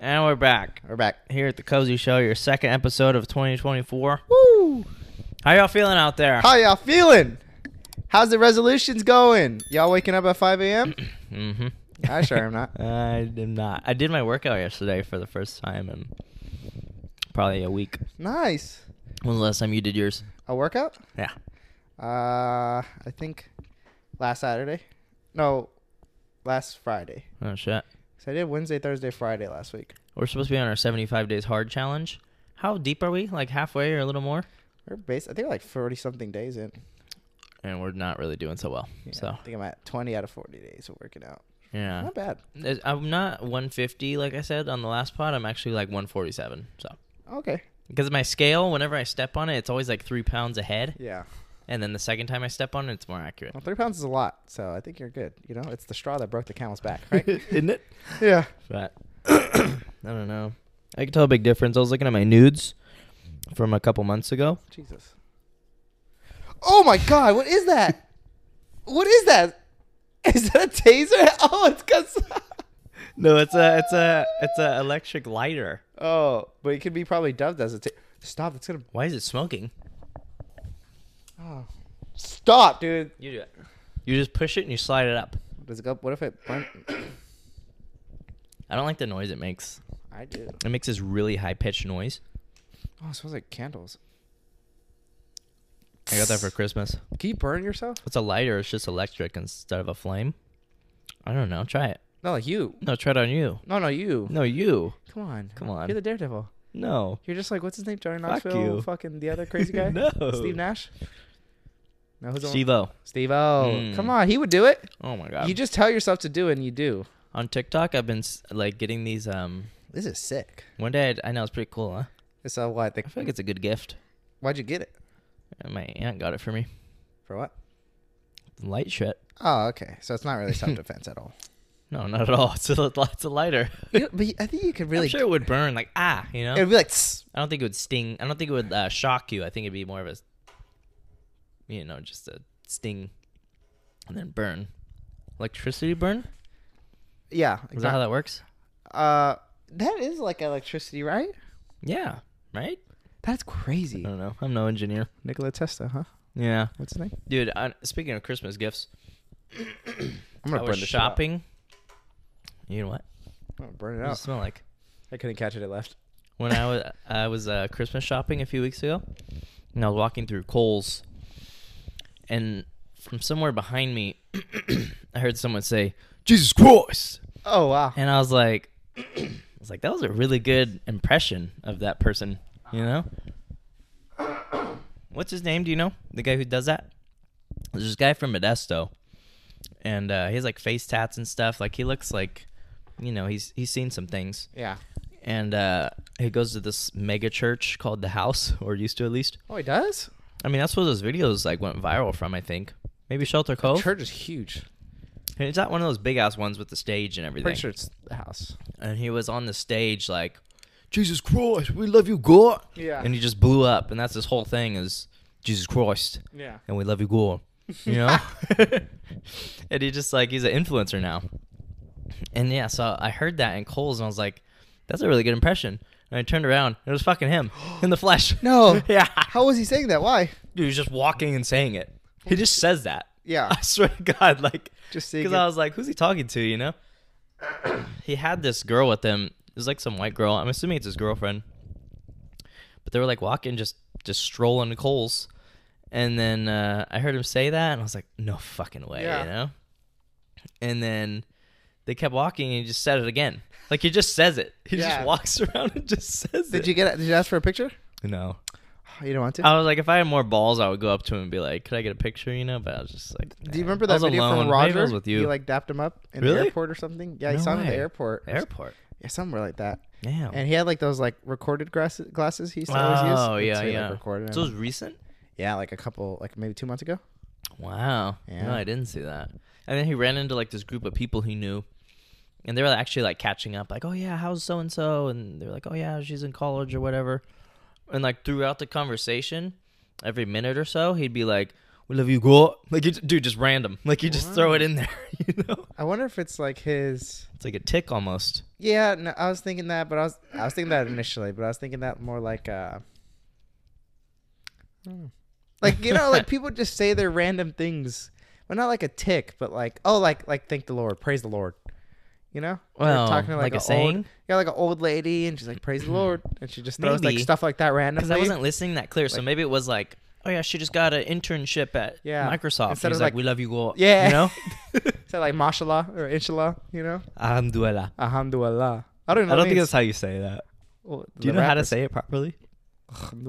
And we're back We're back. here at the Cozy Show, your second episode of 2024. Woo! How y'all feeling out there? How y'all feeling? How's the resolutions going? Y'all waking up at 5 a.m.? Mm-hmm. I sure am not. I am not. I did my workout yesterday for the first time in probably a week. nice. When was the last time you did yours? A workout? Yeah. Uh, I think last Saturday. No, last Friday. Oh shit. So I did Wednesday, Thursday, Friday last week. We're supposed to be on our 75 days hard challenge. How deep are we? Like halfway or a little more? We're base. I think we're like 40 something days in. And we're not really doing so well. Yeah, So I think I'm at 20 out of 40 days of working out. yeah, Not bad. There's- I'm not 150 like I said on the last pod. I'm actually like 147. So Okay. because my scale, whenever I step on it, it's always like three pounds ahead. Yeah. And then the second time I step on it, it's more accurate. Well, three pounds is a lot, so I think you're good. You know, it's the straw that broke the camel's back, right? Isn't it? yeah. But I don't know. I can tell a big difference. I was looking at my nudes from a couple months ago. Jesus. Oh my God! What is that? what is that? Is that a taser? Oh, it's cause. No, it's a it's a it's a electric lighter. oh, but it could be probably dubbed as a taser. Stop! It's gonna. Why is it smoking? Oh. Stop, dude. You do it. You just push it and you slide it up. Does it go? What if it? Burn? I don't like the noise it makes. I do. It makes this really high pitched noise. Oh, it smells like candles. I got that for Christmas. Can you burn yourself? It's a lighter. It's just electric instead of a flame. I don't know. Try it. No, like you. No, try it on you. No, no, you. No, you. Come on. Come on. You're the daredevil. No. You're just like what's his name, Johnny Fuck Knoxville, you. fucking the other crazy guy, No. Steve Nash. No, who's Steve O. Steve O. Mm. Come on, he would do it. Oh my god. you just tell yourself to do it, and you do. on TikTok, I've been s- like getting these. Um, This is sick. one day I'd- I, know it's pretty cool, huh? It's a what? The, I feel like it's a good gift. why'd you get it? And My aunt got it for me. For what? Light shit. Oh, okay. So it's not really self defense at all. No, not at all. It's a, it's a lighter. You, but you- I think you could really. I'm sure it would burn like ah, you know. It'd be like. "Tss." I don't think it would sting. I don't think it would uh, shock you. I think it'd be more of a, you know, just a sting, and then burn. Electricity burn? Is Yeah. that how Exactly. that works? uh, that is like electricity, right? Yeah. Right? That's I crazy. don't know. I'm no engineer. Nikola Tesla, huh? Yeah, What's his name? dude. I, speaking of Christmas gifts, I'm I was this shit up. shopping. You know what? I'm gonna burn What it does out. it smell like? I couldn't catch it. It left. when I was I was uh, Christmas shopping a few weeks ago, and I was walking through Kohl's, and from somewhere behind me, I heard someone say "Jesus Christ," Oh wow. and I was like, I was like, that was a really good impression of that person, you know. What's his name? Do you know the guy who does that? There's this guy from Modesto, and uh, he has like face tats and stuff. Like he looks like, you know, he's he's seen some things Yeah. and uh, he goes to this mega church called the House, or used to at least. Oh, he does. I mean, that's where those videos like went viral from. I think maybe Shelter Cove. Church is huge. And it's not one of those big ass ones with the stage and everything. Pretty sure it's the house. And he was on the stage like, Jesus Christ, we love you, God. Yeah. And he just blew up, and that's his whole thing is Jesus Christ, Yeah. and we love you, God. You know. and he just like he's an influencer now. And yeah, so I heard that in Coles, and I was like, "That's a really good impression." And I turned around, and it was fucking him in the flesh. No. yeah, How was he saying that? Why? dude, he's just walking and saying it. He just says that. Yeah. I swear to God, like, Just seeing because it. I was like, "Who's he talking to?" You know. he had this girl with him. It was like some white girl. I'm assuming it's his girlfriend. But they were like walking, just just strolling to Coles, and then uh, I heard him say that, and I was like, "No fucking way," Yeah. you know. And then they kept walking, and he just said it again. Like he just says it. He Yeah. just walks around and just says Did it. you get? Did you ask for a picture? no. Oh, you don't want to. I was like, if I had more balls, I would go up to him and be like, "Could I get a picture?" You know. But I was just like, Do you "Nah." remember I that was video alone. from Maybe I Roger? was with you. He like dapped him up in the Really? airport or something. Yeah, No he saw him at way. the airport. airport. Yeah, somewhere like that. Damn. And he had like those like recorded glass- glasses he used to always use. oh Like, yeah, so he, yeah. Like, recorded so it was him. recent. yeah, like a couple, like maybe two months ago. Wow. No, Yeah. I didn't see that. And then he ran into like this group of people he knew, and they were actually like catching up. Like, oh yeah, how's so and so? And they were like, oh yeah, she's in college or whatever. And like throughout the conversation, every minute or so, he'd be like, What have you got? Like, you, dude, just random. Like, you just throw it in there. You know, I wonder if it's like his. it's like a tick almost. Yeah, no, I was thinking that, but I was I was thinking that initially, but I was thinking that more like uh, hmm. like you know, like people just say their random things, well, not like a tick, but like oh, like like thank the Lord, praise the Lord, you know, Or Well, like an a old- saying? yeah, like an old lady, and she's like praise the Lord, and she just throws Maybe. like stuff like that Because randomly. I wasn't listening that clear, so maybe it was like, oh yeah, she just got an internship at Yeah. Microsoft. Instead He's of like, like- we love you, go. Yeah. You know. so like mashallah or inshallah, you know, Alhamdulillah. alhamdulillah. I don't know. I don't think that's how you say that. Do you know how to say it properly?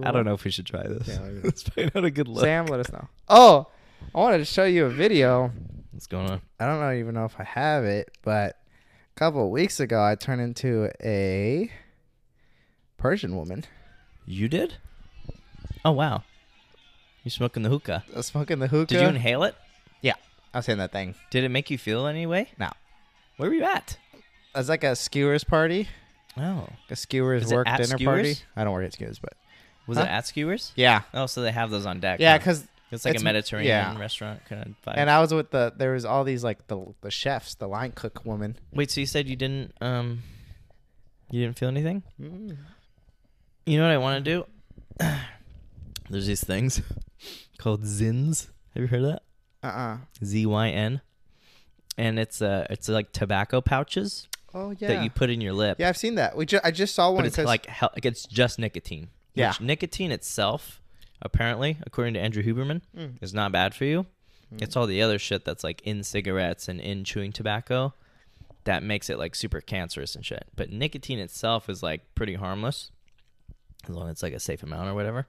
I don't know if we should try this. Yeah, maybe. Let's find out a good look. Sam, let us know. Oh, I wanted to show you a video. What's going on? I don't know even know if I have it, but a couple of weeks ago I turned into a Persian woman. You did? Oh wow. You smoking the hookah? I was smoking the hookah. Did you inhale it? yeah, I was in that thing. Did it make you feel any way? No, Where were you at? it was like a skewers party, Oh, a skewers Is it work at dinner party. Skewers? I don't work at skewers, but was Huh? it at Skewers? yeah, Oh, so they have those on deck. yeah, huh? because it's like it's- a Mediterranean yeah. restaurant kind of vibe. and I was with the there was all these like the the chefs, the line cook woman. Wait, so you said you didn't um, you didn't feel anything? Mm. You know what I want to do? There's these things called zins. Have you heard of that? Uh uh Z Y N, and it's uh it's like tobacco pouches Oh yeah. that you put in your lip. yeah, I've seen that. We ju- I just saw one. but it's 'cause- like hel- like it's just nicotine. Yeah. which nicotine itself, apparently, according to Andrew Huberman, Mm. is not bad for you. Hmm. It's all the other shit that's like in cigarettes and in chewing tobacco that makes it like super cancerous and shit. But nicotine itself is like pretty harmless as long as it's like a safe amount or whatever.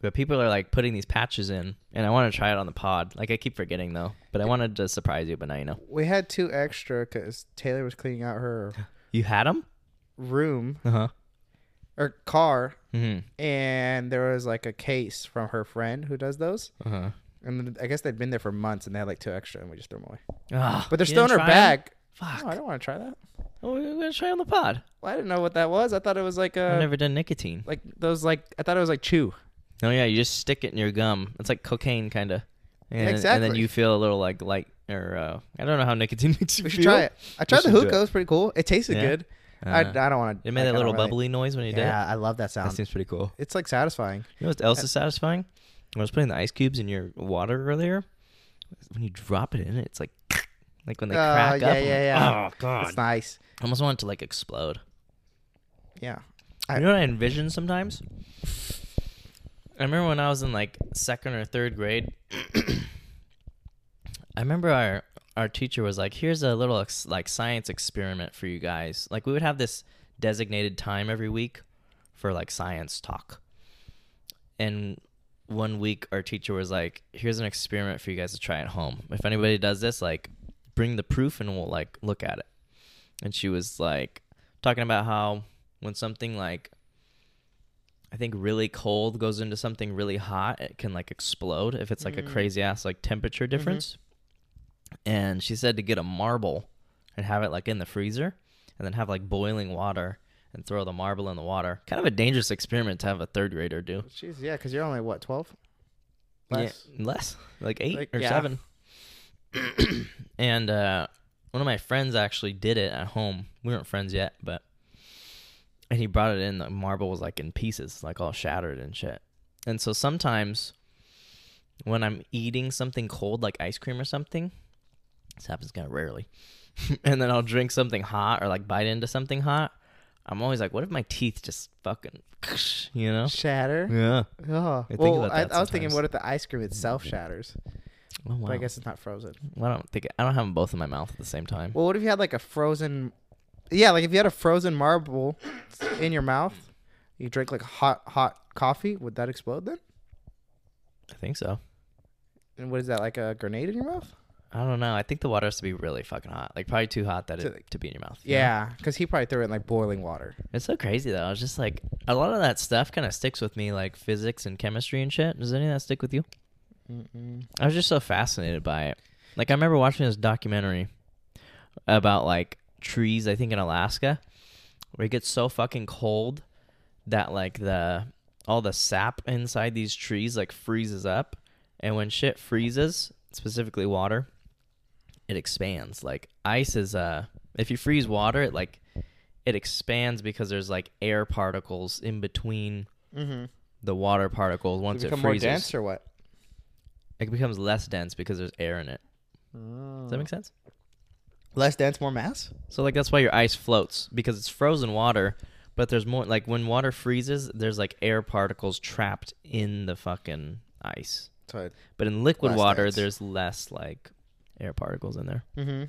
But people are like putting these patches in, and I want to try it on the pod. Like I keep forgetting though, but I wanted to surprise you, but now you know. we had two extra because Taylor was cleaning out her You had them? room Uh huh. or car hmm and there was like a case from her friend who does those. Uh huh. And then I guess they'd been there for months, and they had like two extra, and we just threw them away. Ah, But they're you still in didn't her try 'em? bag. Fuck. No, I don't want to try that. Well, we're gonna try on the pod. Well, I didn't know what that was. I thought it was like a I've never done nicotine. like those like I thought it was like chew. No, Oh, yeah, you just stick it in your gum. It's like cocaine, kind of. And, And then Exactly. you feel a little like light, or uh, I don't know how nicotine makes you We should feel. try it. I tried the should do hookah. It. it. was pretty cool. It tasted Yeah. good. I, Uh, I don't want to. It made that little bubbly noise when you did. Yeah, I love that it. That sound. seems pretty cool. it's like satisfying. You know what else is satisfying? When I was putting the ice cubes in your water earlier, when you drop it in it, it's like, like when they Oh, crack yeah, up. I'm yeah, like, yeah. Oh god. It's nice. I almost want it to like explode. Yeah. I- you know what I envision sometimes? I remember when I was in like second or third grade. I remember our our teacher was like, "Here's a little ex- like science experiment for you guys." Like we would have this designated time every week for like science talk. And one week our teacher was like, "Here's an experiment for you guys to try at home. If anybody does this, like bring the proof and we'll like look at it." and she was like talking about how when something like I think really cold goes into something really hot, it can like explode if it's like a crazy ass like temperature difference. And she said to get a marble and have it like in the freezer and then have like boiling water and throw the marble in the water. Kind of a dangerous experiment to have a third grader do. Jeez, yeah, because you're only what twelve. Less? Yeah, less like eight Like, or yeah. seven. and uh, one of my friends actually did it at home. We weren't friends yet, but and he brought it in. The marble was like in pieces, like all shattered and shit. And so sometimes when I'm eating something cold, like ice cream or something, this happens kind of rarely. and then I'll drink something hot or like bite into something hot. I'm always like, what if my teeth just fucking, you know? Shatter. Yeah. Oh. think well, about I, that I was thinking, sometimes. what if the ice cream itself shatters? Oh, wow. But I guess it's not frozen. Well, I don't think I don't have them both in my mouth at the same time. Well, what if you had like a frozen? Yeah, like if you had a frozen marble in your mouth, you drink like hot, hot coffee. Would that explode then? I think so. And what is that? Like a grenade in your mouth? I don't know. I think the water has to be really fucking hot, like probably too hot that To- it, to be in your mouth. you know? Yeah, because he probably threw it in like boiling water. it's so crazy though. I was just like, a lot of that stuff kind of sticks with me, like physics and chemistry and shit. Does any of that stick with you? I was just so fascinated by it. Like I remember watching this documentary about like trees, I think in Alaska, where it gets so fucking cold that like the all the sap inside these trees like freezes up And when shit freezes, specifically water, it expands. Like ice is uh if you freeze water, it like it expands because there's like air particles in between Mm-hmm. the water particles once Does it it, become more freezes. dense or what? It becomes less dense because there's air in it. Does that Uh-huh. make sense? Less dense, more mass. So like that's why your ice floats because it's frozen water, but there's more like when water freezes, there's like air particles trapped in the fucking ice. So, But in liquid Less water, dense. there's less like air particles in there. mm-hmm.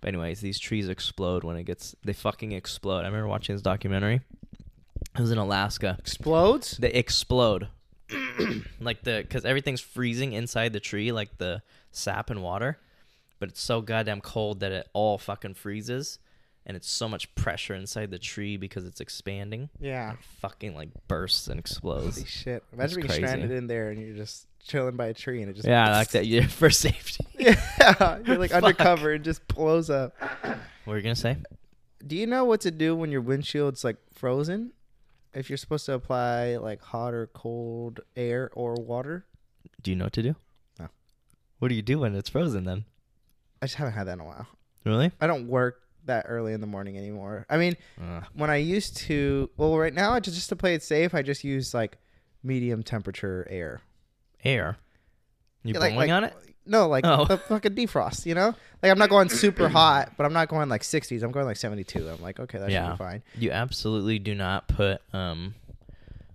But anyways, these trees explode when it gets they fucking explode. I remember watching this documentary. It was in Alaska. Explodes. They explode. like the cuz everything's freezing inside the tree like the sap and water, but it's so goddamn cold that it all fucking freezes and it's so much pressure inside the tree because it's expanding. Yeah. It fucking like bursts and Holy explodes. shit! That's Imagine being crazy. stranded in there and you're just chilling by a tree and it just Yeah, I like that yeah, for safety. yeah, you're like Fuck. undercover and just blows up. What were you going to say? Do you know what to do when your windshield's like frozen? If you're supposed to apply like hot or cold air or water? Do you know what to do? No. What do you do when it's frozen then? I just haven't had that in a while. Really? I don't work that early in the morning anymore. I mean, when I used to, well, right now, I just, just to play it safe, I just use like medium temperature air. air. You Yeah, blowing on it? No, like Oh. a fucking defrost, you know? Like I'm not going super hot, but I'm not going like 60s. I'm going like 72. I'm like, okay, that should Yeah. be fine. You absolutely do not put um,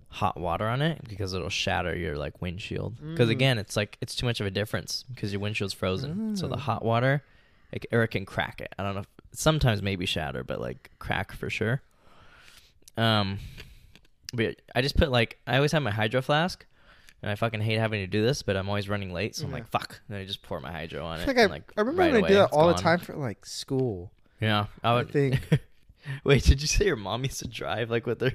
hot water on it because it'll shatter your like windshield. Because Mm. again, it's like it's too much of a difference because your windshield's frozen. So the Mm. hot water, like, or it can crack it. I don't know. If, sometimes maybe shatter, but like crack for sure. Um, but I just put like I always have my hydro flask. And I fucking hate having to do this, but I'm always running late, so I'm Yeah. like, "Fuck!" And then I just pour my hydro on I it. feel like I, and, like I remember right when I do away, that it's all the gone. time for like school. Yeah, I I would think- Wait, did you say your mom used to drive like with her,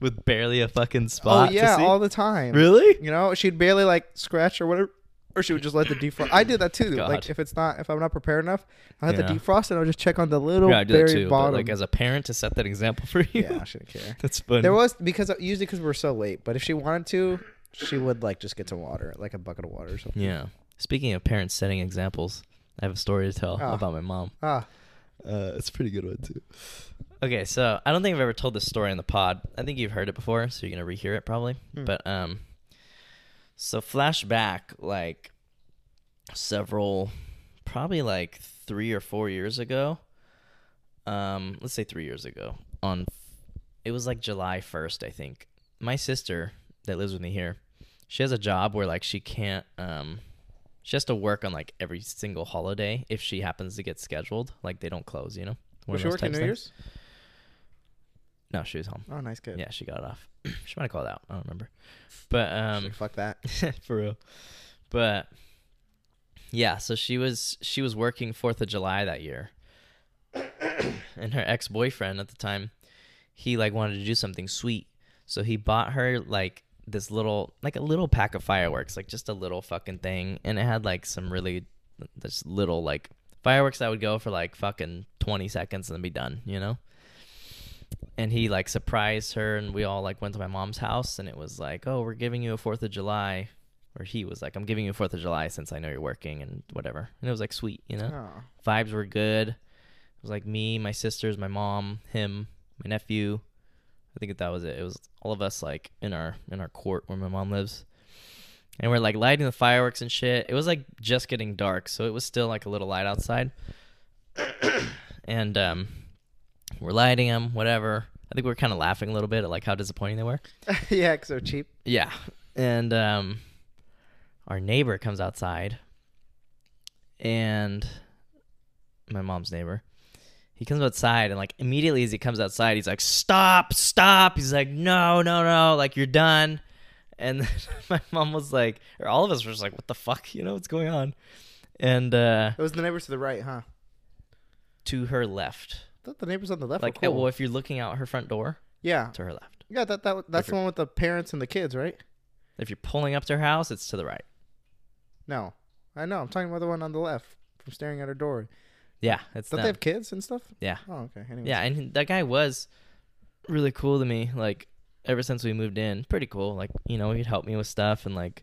with barely a fucking spot? oh, to yeah, see? all the time. really? You know, she'd barely like scratch or whatever, or she would just let the defrost. I did that too. God. Like if it's not, if I'm not prepared enough, I let Yeah. the defrost and I'll just check on the little Yeah, I do very that too. bottom. But like as a parent to set that example for you, yeah, I shouldn't care. that's funny. There was because usually because we're so late, but if she wanted to, she would like just get some water, like a bucket of water or something. yeah. Speaking of parents setting examples, I have a story to tell Oh. about my mom. Ah, Uh, it's a pretty good one too. Okay, so I don't think I've ever told this story on the pod. I think you've heard it before, so you're gonna rehear it probably. Hmm. But um, so flashback like several, probably like three or four years ago. Um, let's say three years ago. On it was like July first, I think. My sister that lives with me here, she has a job where like she can't um she has to work on like every single holiday if she happens to get scheduled. Like they don't close, you know. One of was she those types working New of things. Year's? No, she was home. Oh, nice, good. Yeah, she got it off. she might have called out. I don't remember. But She's um, like, fuck that. for real. But yeah, so she was she was working Fourth of July that year, and her ex boyfriend at the time, he like wanted to do something sweet, so he bought her like this little like a little pack of fireworks, like just a little fucking thing, and it had like some really this little like fireworks that would go for like fucking twenty seconds and then be done, you know and he like surprised her and we all like went to my mom's house and it was like oh we're giving you a fourth of july or he was like i'm giving you a fourth of july since i know you're working and whatever and it was like sweet you know Oh. vibes were good it was like me my sisters my mom him my nephew i think that was it it was all of us like in our in our court where my mom lives and we're like lighting the fireworks and shit it was like just getting dark so it was still like a little light outside and um we're lighting them whatever i think we were kind of laughing a little bit at like how disappointing they were Oh. yeah, 'cause they're cheap. yeah. And um our neighbor comes outside and my mom's neighbor. He comes outside and like immediately as he comes outside, he's like, Stop, stop. He's like, No, no, no, like you're done. And then my mom was like, or all of us were just like, What the fuck? You know, what's going on? And uh It was the neighbors to the right, huh? to her left. I thought the neighbors on the left Like were cool. well, if you're looking out her front door, yeah, to her left. yeah. That, that that's the one with the parents and the kids, right? If you're pulling up to her house, it's to the right. No, I know. I'm talking about the one on the left from staring at her door. Yeah, it's Don't them. they have kids and stuff? yeah. Oh, okay. Anyways. Yeah, and that guy was really cool to me. Like ever since we moved in, pretty cool. Like you know, he'd help me with stuff and like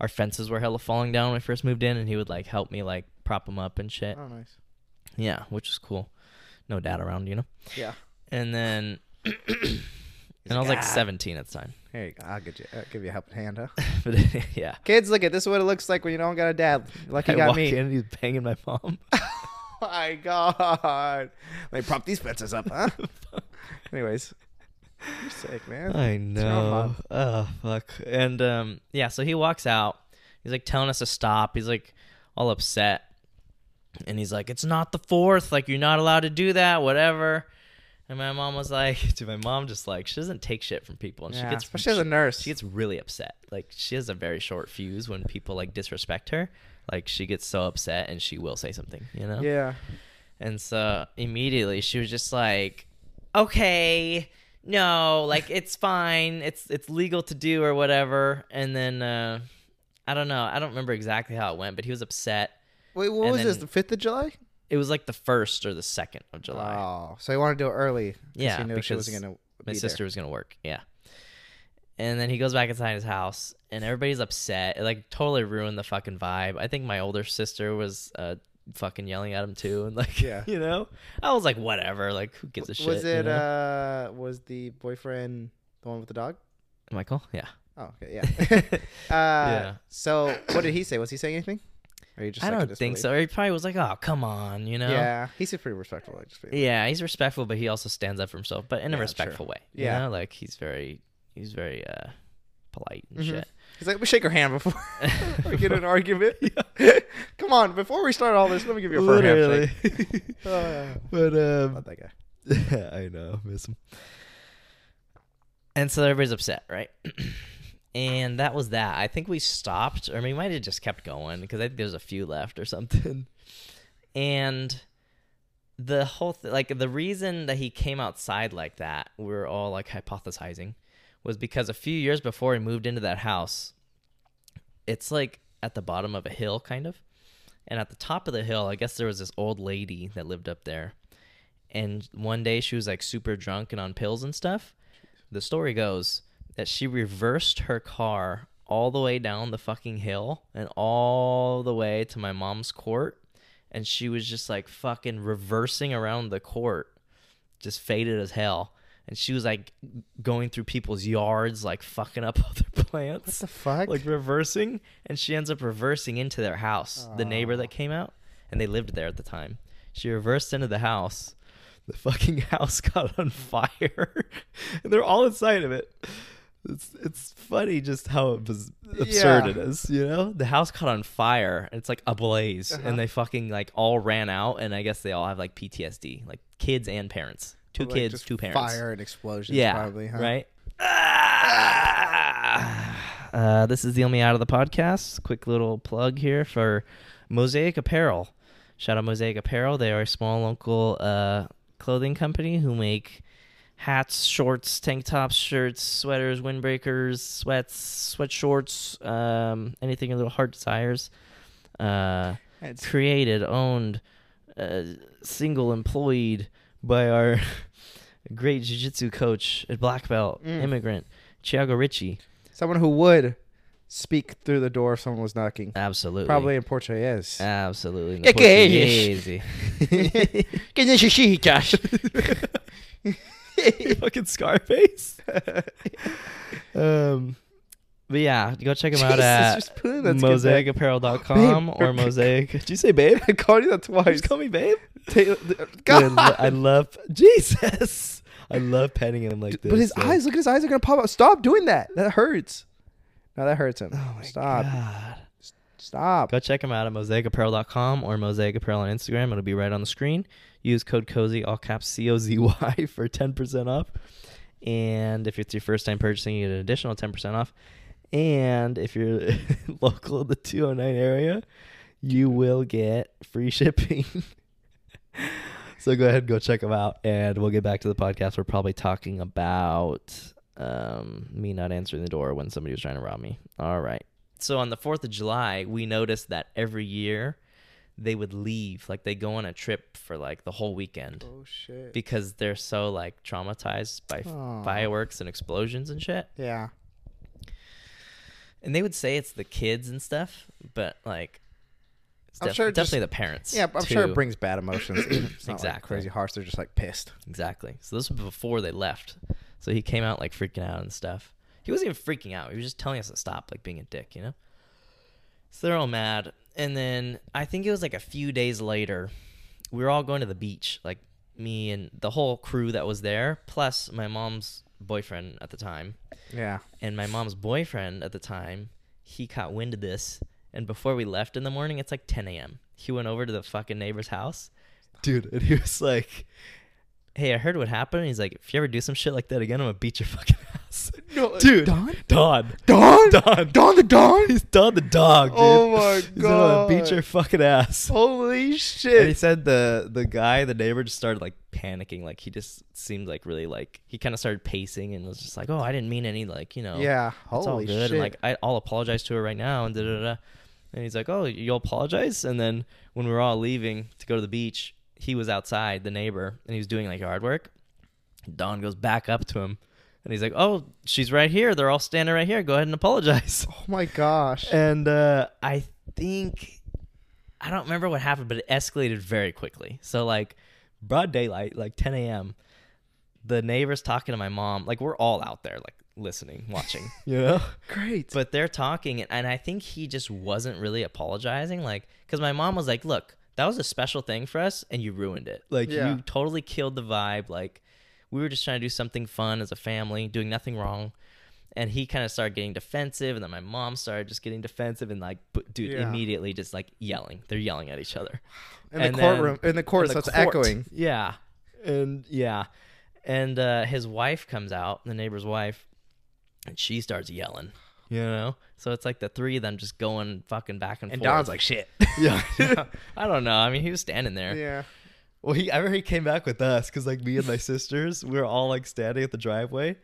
our fences were hella falling down when I first moved in, and he would like help me like prop them up and shit. Oh, nice. Yeah, which is cool. No dad around, you know. Yeah. And then, and I was like 17 at the time. Here you go. I'll get you. I'll give you a helping hand, huh? but yeah, Kids, look at this. Is what it looks like when you don't got a dad. Like you I got walk me. Oh, in and he's banging my mom. my god. They prop these fences up, huh? Anyways. You're sick, man. I wrong, know. Mom? Oh fuck. And um, yeah, so he walks out. He's like telling us to stop. He's like all upset, and he's like, "It's not the fourth. Like you're not allowed to do that. Whatever." And my mom was like, "Dude, my mom just like she doesn't take shit from people, and yeah, she gets especially as a nurse. she gets really upset. Like she has a very short fuse when people like disrespect her. Like she gets so upset and she will say something, you know? yeah. And so immediately she was just like, "Okay, no, like it's fine. It's it's legal to do or whatever." And then uh I don't know. I don't remember exactly how it went, but he was upset. Wait, what And was this? then- The fifth of July? It was like the 1st or the 2nd of July. Oh, so he wanted to do it early. 'cause Yeah, he knew she because wasn't gonna. my be sister was gonna work yeah and then he goes back inside his house and everybody's upset it like totally ruined the fucking vibe i think my older sister was uh fucking yelling at him too and like Yeah. you know i was like whatever like who gives a There. shit Was you it? know? uh Was the boyfriend the one with the dog? michael yeah Oh, okay, yeah. uh, Yeah. So, what did he say? Was he saying anything? Or you just? i like, in don't think disbelief? so he probably was like oh come on you know Yeah, he's a pretty respectful. Like, just pretty, Yeah, he's respectful but he also stands up for himself but in a Yeah, sure. respectful way you Yeah. know? like he's very he's very uh polite and Mhm. shit He's like, we shake her hand before we get in an argument. Come on, before we start all this, let me give you a firm handshake. Uh, but um love that guy. I know, miss him. And so everybody's upset, right? and that was that. I think we stopped, or we might have just kept going because I think there's a few left or something. And the whole th- like the reason that he came outside like that, we were all like hypothesizing, was because a few years before he moved into that house, it's like at the bottom of a hill, kind of. And at the top of the hill, I guess there was this old lady that lived up there and one day she was like super drunk and on pills and stuff. The story goes that she reversed her car all the way down the fucking hill and all the way to my mom's court and she was just like fucking reversing around the court just faded as hell and she was like going through people's yards like fucking up other plants What the fuck? like reversing and she ends up reversing into their house the neighbor that came out and they lived there at the time she reversed into the house the fucking house got on fire and they're all inside of it it's it's funny just how abs- absurd Yeah. it is you know the house caught on fire and it's like ablaze Uh-huh. and they fucking like all ran out and i guess they all have like ptsd like kids and parents two Like, kids just two parents Fire and explosions, yeah, probably, huh? right? Ah! Uh, this is the only out of the podcast. Quick little plug here for Mosaic Apparel. Shout out Mosaic Apparel. They are a small local uh, clothing company who make hats, shorts, tank tops, shirts, sweaters, windbreakers, sweats, sweatshorts, um, anything your little heart desires. Uh, It's- created, owned, uh, single employed by our great jiu-jitsu coach at black belt, Mm. immigrant Thiago Ricci. Someone who would speak through the door if someone was knocking. Absolutely, Uh, Probably in Portuguese. absolutely. Que que é isso? Easy. Can you see, Josh? fucking Scarface. um, but yeah, go check him out Jesus, at just put it, let's get back. mosaicapparel.com Babe. or mosaic. Did you say babe? I called you that Why twice. just call me babe? Taylor- th- Dude, I God. lo- I love Jesus. I love petting him like this. uh, but his so- eyes, look at his eyes are gonna pop out. Stop doing that. That hurts. No, that hurts him. Oh my Stop. God. Stop. Go check him out at mosaicapparel.com or Mosaic Apparel on Instagram. It'll be right on the screen. Use code COZY, all caps C O Z Y, for 10% off. And if it's your first time purchasing, you get an additional 10% off. And if you're local in the 209 area, you will get free shipping. so go ahead and go check them out. And we'll get back to the podcast. We're probably talking about um, me not answering the door when somebody was trying to rob me. All right. So on the 4th of July, we noticed that every year they would leave. Like they go on a trip for like the whole weekend Oh shit. because they're so like traumatized by f Aw. fireworks and explosions and shit. yeah. and they would say it's the kids and stuff, but like, it's I'm def- sure it just- definitely the parents. Yeah, I'm sure too. it brings bad emotions. It's not like Exactly. crazy harsh. They're just like pissed. Exactly. So this was before they left. So he came out like freaking out and stuff. He wasn't even freaking out. He was just telling us to stop, like being a dick, you know? So they're all mad. And then I think it was like a few days later, we were all going to the beach, like me and the whole crew that was there, plus my mom's boyfriend at the time. Yeah. And my mom's boyfriend at the time, he caught wind of this. And before we left in the morning, it's like 10 a.m. He went over to the fucking neighbor's house, dude, and he was like, "Hey, I heard what happened." And he's like, "If you ever do some shit like that again, I'm gonna beat your fucking ass, dude." Don? Don, Don? Don, Don the Don? he's Don the dog, dude. Oh my He's gonna beat God. your fucking ass. Holy And he shit. said the the guy, the neighbor, just started like panicking. Like he just seemed like really like he kind of started pacing and was just like, "Oh, I didn't mean any like you know." Yeah. it's all Holy good. shit. And like, I, I'll apologize to her right now. And da da da. And he's like, oh, you'll apologize. And then when we were all leaving to go to the beach, he was outside, the neighbor, and he was doing like yard work. Don goes back up to him, and he's like, oh, she's right here. They're all standing right here. Go ahead and apologize. oh my gosh. And uh, I think I don't remember what happened, but it escalated very quickly. So like broad daylight, like 10 a.m. The neighbors talking to my mom, like we're all out there, like listening, watching, you know. Great. But they're talking, and- and I think he just wasn't really apologizing. Like, because my mom was like, look, that was a special thing for us, and you ruined it. Like, Yeah. you totally killed the vibe. Like, we were just trying to do something fun as a family, doing nothing wrong. And he kind of started getting defensive, and then my mom started just getting defensive, and like, bu- dude, Yeah. immediately just like yelling. They're yelling at each other in and the then- courtroom. In the court, in so the it's court. echoing. Yeah. And yeah. And uh, his wife comes out, the neighbor's wife, and she starts yelling. You know? So it's like the three of them just going fucking back and, And forth. Don's like, shit. yeah. I don't know. I mean, he was standing there. yeah. Well, he, I remember he came back with us because, like, me and my sisters, we were all, like, standing at the driveway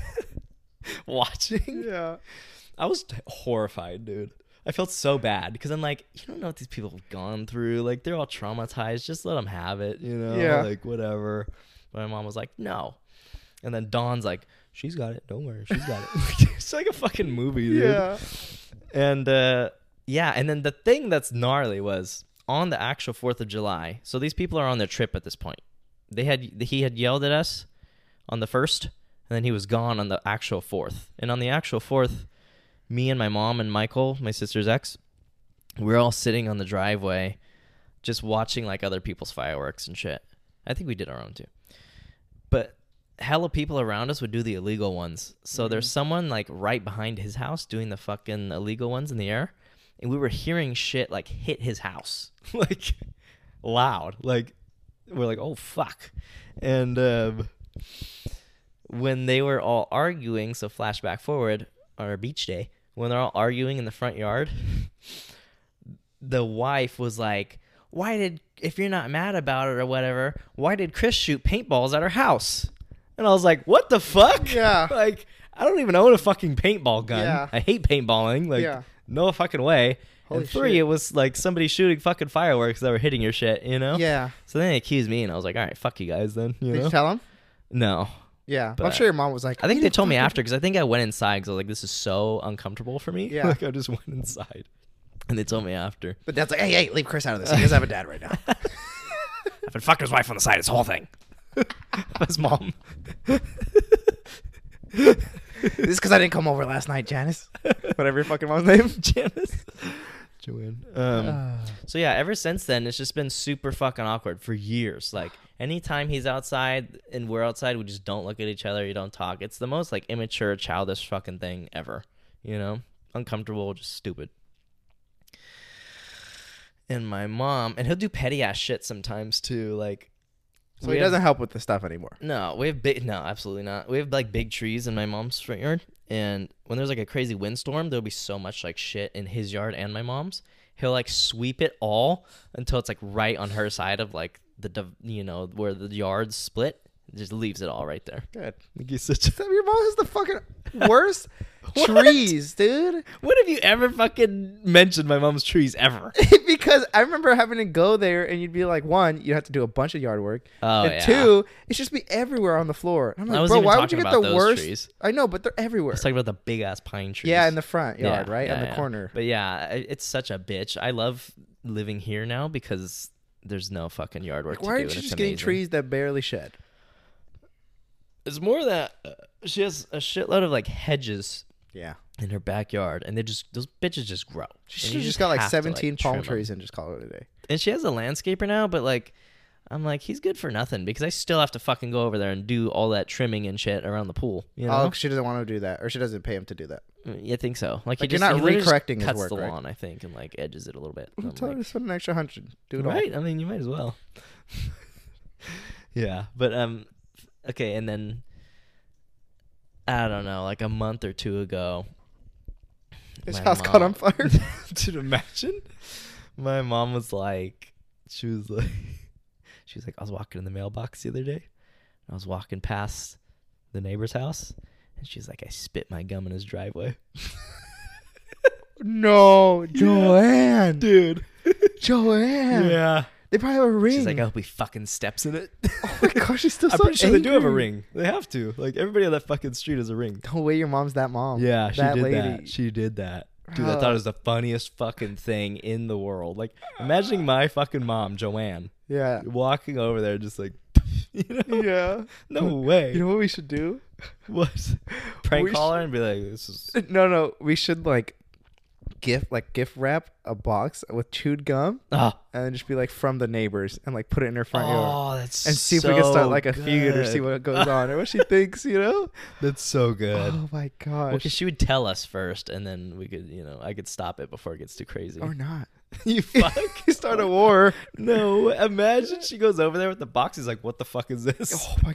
watching. Yeah. I was t- horrified, dude. I felt so bad because I'm like, you don't know what these people have gone through. Like, they're all traumatized. Just let them have it, you know? Yeah. Like, whatever. But my mom was like, no. And then Dawn's like, she's got it. Don't worry. She's got it. it's like a fucking movie, dude. Yeah. And uh, yeah, and then the thing that's gnarly was on the actual Fourth of July. So these people are on their trip at this point. They had he had yelled at us on the first, and then he was gone on the actual fourth. And on the actual fourth, me and my mom and Michael, my sister's ex, we were all sitting on the driveway, just watching like other people's fireworks and shit. I think we did our own too but hella people around us would do the illegal ones. So there's someone like right behind his house doing the fucking illegal ones in the air, and we were hearing shit like hit his house, like loud. Like we're like, oh fuck, and um, when they were all arguing, so flashback forward on our beach day, when they're all arguing in the front yard, the wife was like, Why did, if you're not mad about it or whatever, why did Chris shoot paintballs at her house? And I was like, What the fuck? Yeah. like, I don't even own a fucking paintball gun. Yeah. I hate paintballing. Like, Yeah. no fucking way. Holy and three, shit. it was like somebody shooting fucking fireworks that were hitting your shit, you know? Yeah. So then they accused me, and I was like, all right, fuck you guys then. You Did know? you tell him? no. Yeah. I'm But- sure your mom was like, I think "You they didn't told me fucking-" after because I think I went inside because I was like, this is so uncomfortable for me. Yeah. like, I just went inside. And they told me after. But dad's like, hey, hey, leave Chris out of this. He doesn't have a dad right now. I've been fucked his wife on the side, this whole thing. his mom. this is because I didn't come over last night, Janice. Whatever your fucking mom's name. Janice. Joanne. Um, Ah. So yeah, ever since then, it's just been super fucking awkward for years. Like anytime he's outside and we're outside, we just don't look at each other. You don't talk. It's the most like immature, childish fucking thing ever. You know, uncomfortable, just stupid. And my mom, and he'll do petty ass shit sometimes too. Like, So we he have- doesn't help with the stuff anymore. no, we have big. No, absolutely not. We have like big trees in my mom's front yard, and when there's like a crazy windstorm, there'll be so much like shit in his yard and my mom's. He'll like sweep it all until it's like right on her side of like the div- you know where the yards split, Just leaves it all right there. Good. Like he's such. Except your mom is the fucking worst trees, dude. What have you ever fucking mentioned my mom's trees ever? because I remember having to go there, and you'd be like, one, you have to do a bunch of yard work, Oh, and yeah. two, it's just be everywhere on the floor. And I'm like, wasn't bro, even why would you talking get the about those worst? trees. I know, but they're everywhere. Let's talk about the big ass pine trees. yeah, in the front Yeah, yard, right, yeah, on the yeah. corner. But yeah, it- it's such a bitch. I love living here now because there's no fucking yard work. to Why do, aren't and you it's just getting amazing. trees that barely shed? It's more that uh, she has a shitload of like hedges Yeah, in her backyard, and they just those bitches just grow. she And should you have just got like have to, 17 palm trim 'em. trees and just call it a day. And she has a landscaper now, but like, I'm like, he's good for nothing because I still have to fucking go over there and do all that trimming and shit around the pool. You Oh, know? 'cause she doesn't want to do that, or she doesn't pay him to do that. Yeah, I think so. Like, he Like, you're just, not he literally just recorrecting his cuts work, the right? lawn, I think, and like edges it a little bit. And I'm Tell like, her to spend an extra hundred. Do it all. right? I mean, you might as well. yeah, but um, okay, and then I don't know, like a month or two ago, His my house caught on mom- fire. Dude, imagine. My mom was like, she was like, she was like, I was walking in the mailbox the other day, and I was walking past the neighbor's house, and she's like, I spit my gum in his driveway, no, Oh, Joanne, dude. Joanne. yeah. They probably have a ring. She's like, I hope he fucking steps in it. oh my gosh, she's still I'm so pretty sure they do have a angry. ring. They have to. Like everybody on that fucking street has a ring. No way, your mom's that mom. Yeah, she that did lady. that. She did that. Dude, I Bro. thought it was the funniest fucking thing in the world. Like, imagining my fucking mom, Joanne, yeah. walking over there, just like, you know, Yeah. no way. You know what we should do? what? Prank We call her and be like, this is. No, no, we should like gift like gift wrap a box with chewed gum Oh, and then just be like from the neighbors and like put it in her front yard oh that's and see if we can so start like a feud or see good. what goes on or what she thinks, you know? That's so good. Oh my Because gosh. she would tell us first, and then we could, you know, I could stop it before it gets too crazy. or not. you fuck. You start a war. No, imagine she goes over there with the box. He's like, "What the fuck is this?" Oh my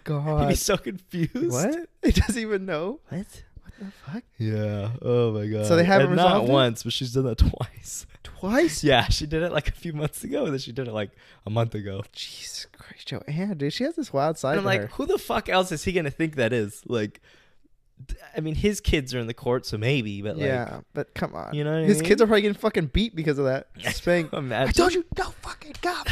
god. He's so confused. What? He doesn't even know. What? What the fuck? Yeah. Oh my god. So they haven't And not resolved it? once, but she's done that twice. Twice? yeah, she did it like a few months ago, and then she did it like a month ago. Jesus Christ, Joanne, dude. She has this wild side And to I'm like, her. who the fuck else is he gonna think that is? Like, d- I mean, his kids are in the court, so maybe, but like, yeah, but come on. You know what I His kids mean? are probably getting fucking beat because of that. Spank. Imagine. I told you, no fucking cop.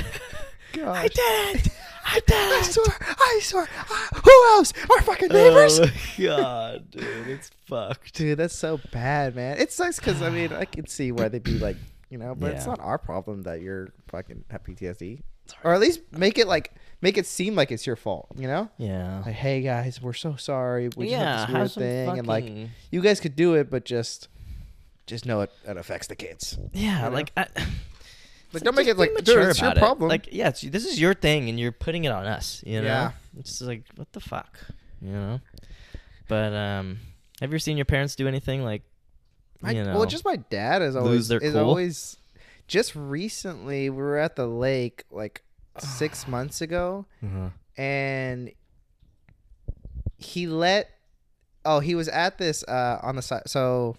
Gosh. did it. I did I swear, I swear. I- who else? Our fucking neighbors? Oh my god, dude, it's fucked. Dude, that's so bad, man. It sucks because, I mean, I can see why they'd be like, you know, but it's Yeah. not our problem that you're fucking have PTSD. Or at least make it like, make it seem like it's your fault, you know? Yeah. Like, hey guys, we're so sorry. We yeah, just have this weird thing. And like, you guys could do it, but just, just know it, it affects the kids. yeah, you know? like I, Like, don't make just it like, be dude, mature it's your about it. problem. Like, yeah, it's, this is your thing, and you're putting it on us. You know, Yeah. it's just like what the fuck, you know. But um, have you ever seen your parents do anything like, I, you know? well, just my dad is always their is cool? always. Just recently, we were at the lake like six months ago, Uh-huh. and he let. Oh, he was at this uh, on the side. So,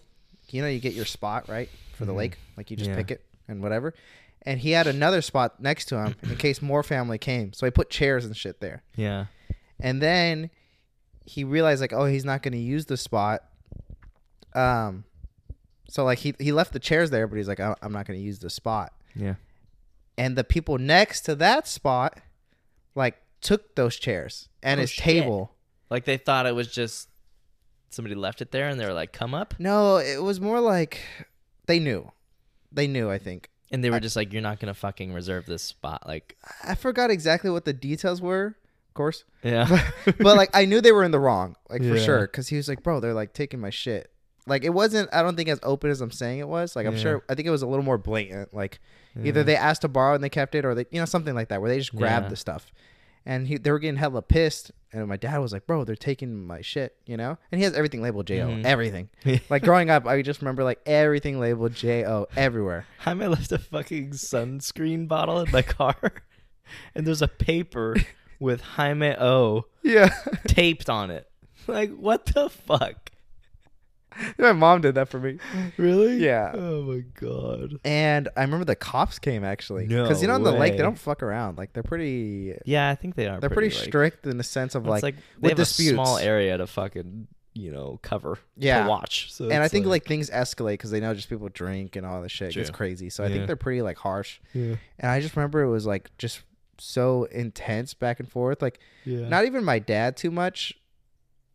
you know, you get your spot right for the Mhm. lake, like you just Yeah. pick it and whatever. And he had another spot next to him in case more family came. So he put chairs and shit there. yeah, And then he realized like, oh, he's not going to use the spot. Um, so like he he left the chairs there, but he's like, I- I'm not going to use the spot. yeah. And the people next to that spot, like, took those chairs and Oh, his shit. table. Like they thought it was just somebody left it there, and they were like, "Come up," No, it was more like they knew, they knew. I think and they were just like, "You're not gonna fucking reserve this spot." Like, I forgot exactly what the details were, of course, yeah, but like I knew they were in the wrong, like for Yeah. sure, because he was like, bro, they're like taking my shit. Like it wasn't. I don't think as open as I'm saying it was. Like I'm Yeah. sure. I think it was a little more blatant. Like either they asked to borrow and they kept it, or they, you know, something like that, where they just grabbed Yeah. the stuff. And he, they were getting hella pissed. And my dad was like, "Bro, they're taking my shit," you know. And he has everything labeled "jo," Mhm. everything. they Like growing up, I just remember like everything labeled "jo" everywhere. I might left a fucking sunscreen bottle in my car, and there's a paper with Jaime O Yeah. taped on it. Like, what the fuck? My mom did that for me. Really? Yeah. Oh my god. And I remember the cops came actually, because you know No on the lake they way. don't fuck around. Like they're pretty, Yeah, I think they are. they're pretty, like- strict in the sense of It's like, like with they have disputes. a small area to fucking you know cover. Yeah. To watch. So and I it's think like, things escalate because they know just people drink and all this shit. It's True. crazy. So I think Yeah. they're pretty like harsh. yeah, And I just remember it was like just so intense back and forth. Like yeah. not even my dad too much,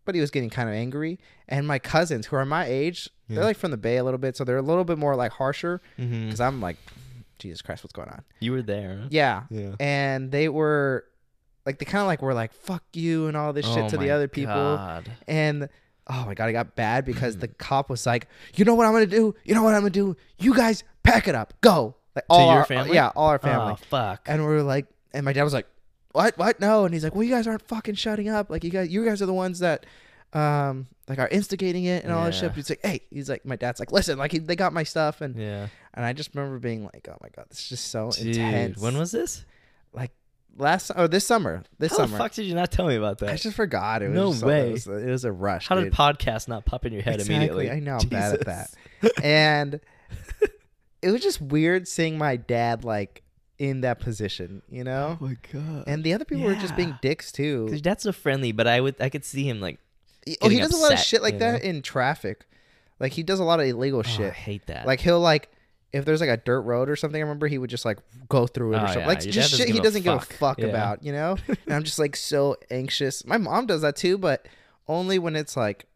but he was getting kind of angry. And my cousins who are my age, Yeah. they're like from the Bay a little bit, so they're a little bit more like harsher. Mhm. Because I'm like, Jesus Christ, what's going on? You were there. huh? Yeah. Yeah. and they were like they kind of like were like fuck you and all this shit Oh to my the other people God. and oh my god it got bad Mm-hmm. because the cop was like you know what i'm gonna do you know what i'm gonna do you guys pack it up go like all your our family? yeah all our family Oh fuck. and we were like and my dad was like what what no and he's like well you guys aren't fucking shutting up like you guys you guys are the ones that um like are instigating it and all this shit Yeah. he's like hey he's like my dad's like listen like he, they got my stuff and yeah. and i just remember being like oh my god this is just so Dude, intense when was this? last or this summer this How summer the fuck did you not tell me about that? I just forgot. It was No just something- way. It was, it was a rush. How did dude. podcast not pop in your head Exactly, immediately? I know I'm bad at that. Jesus. and it was just weird seeing my dad like in that position, you know. my god. And the other people were just Oh, being Yeah. dicks too. Cause that's so friendly, but I would I could see him like He- Oh, he getting does a lot of upset, shit like you that in traffic. Like he does a lot of illegal oh, I shit. hate that. Like he'll like if there's like a dirt road or something, I remember he would just like go through it Oh, or something. yeah, Like your just dad doesn't shit he give a doesn't give a fuck. fuck Yeah. about, you know? and I'm just like so anxious. My mom does that too, but only when it's like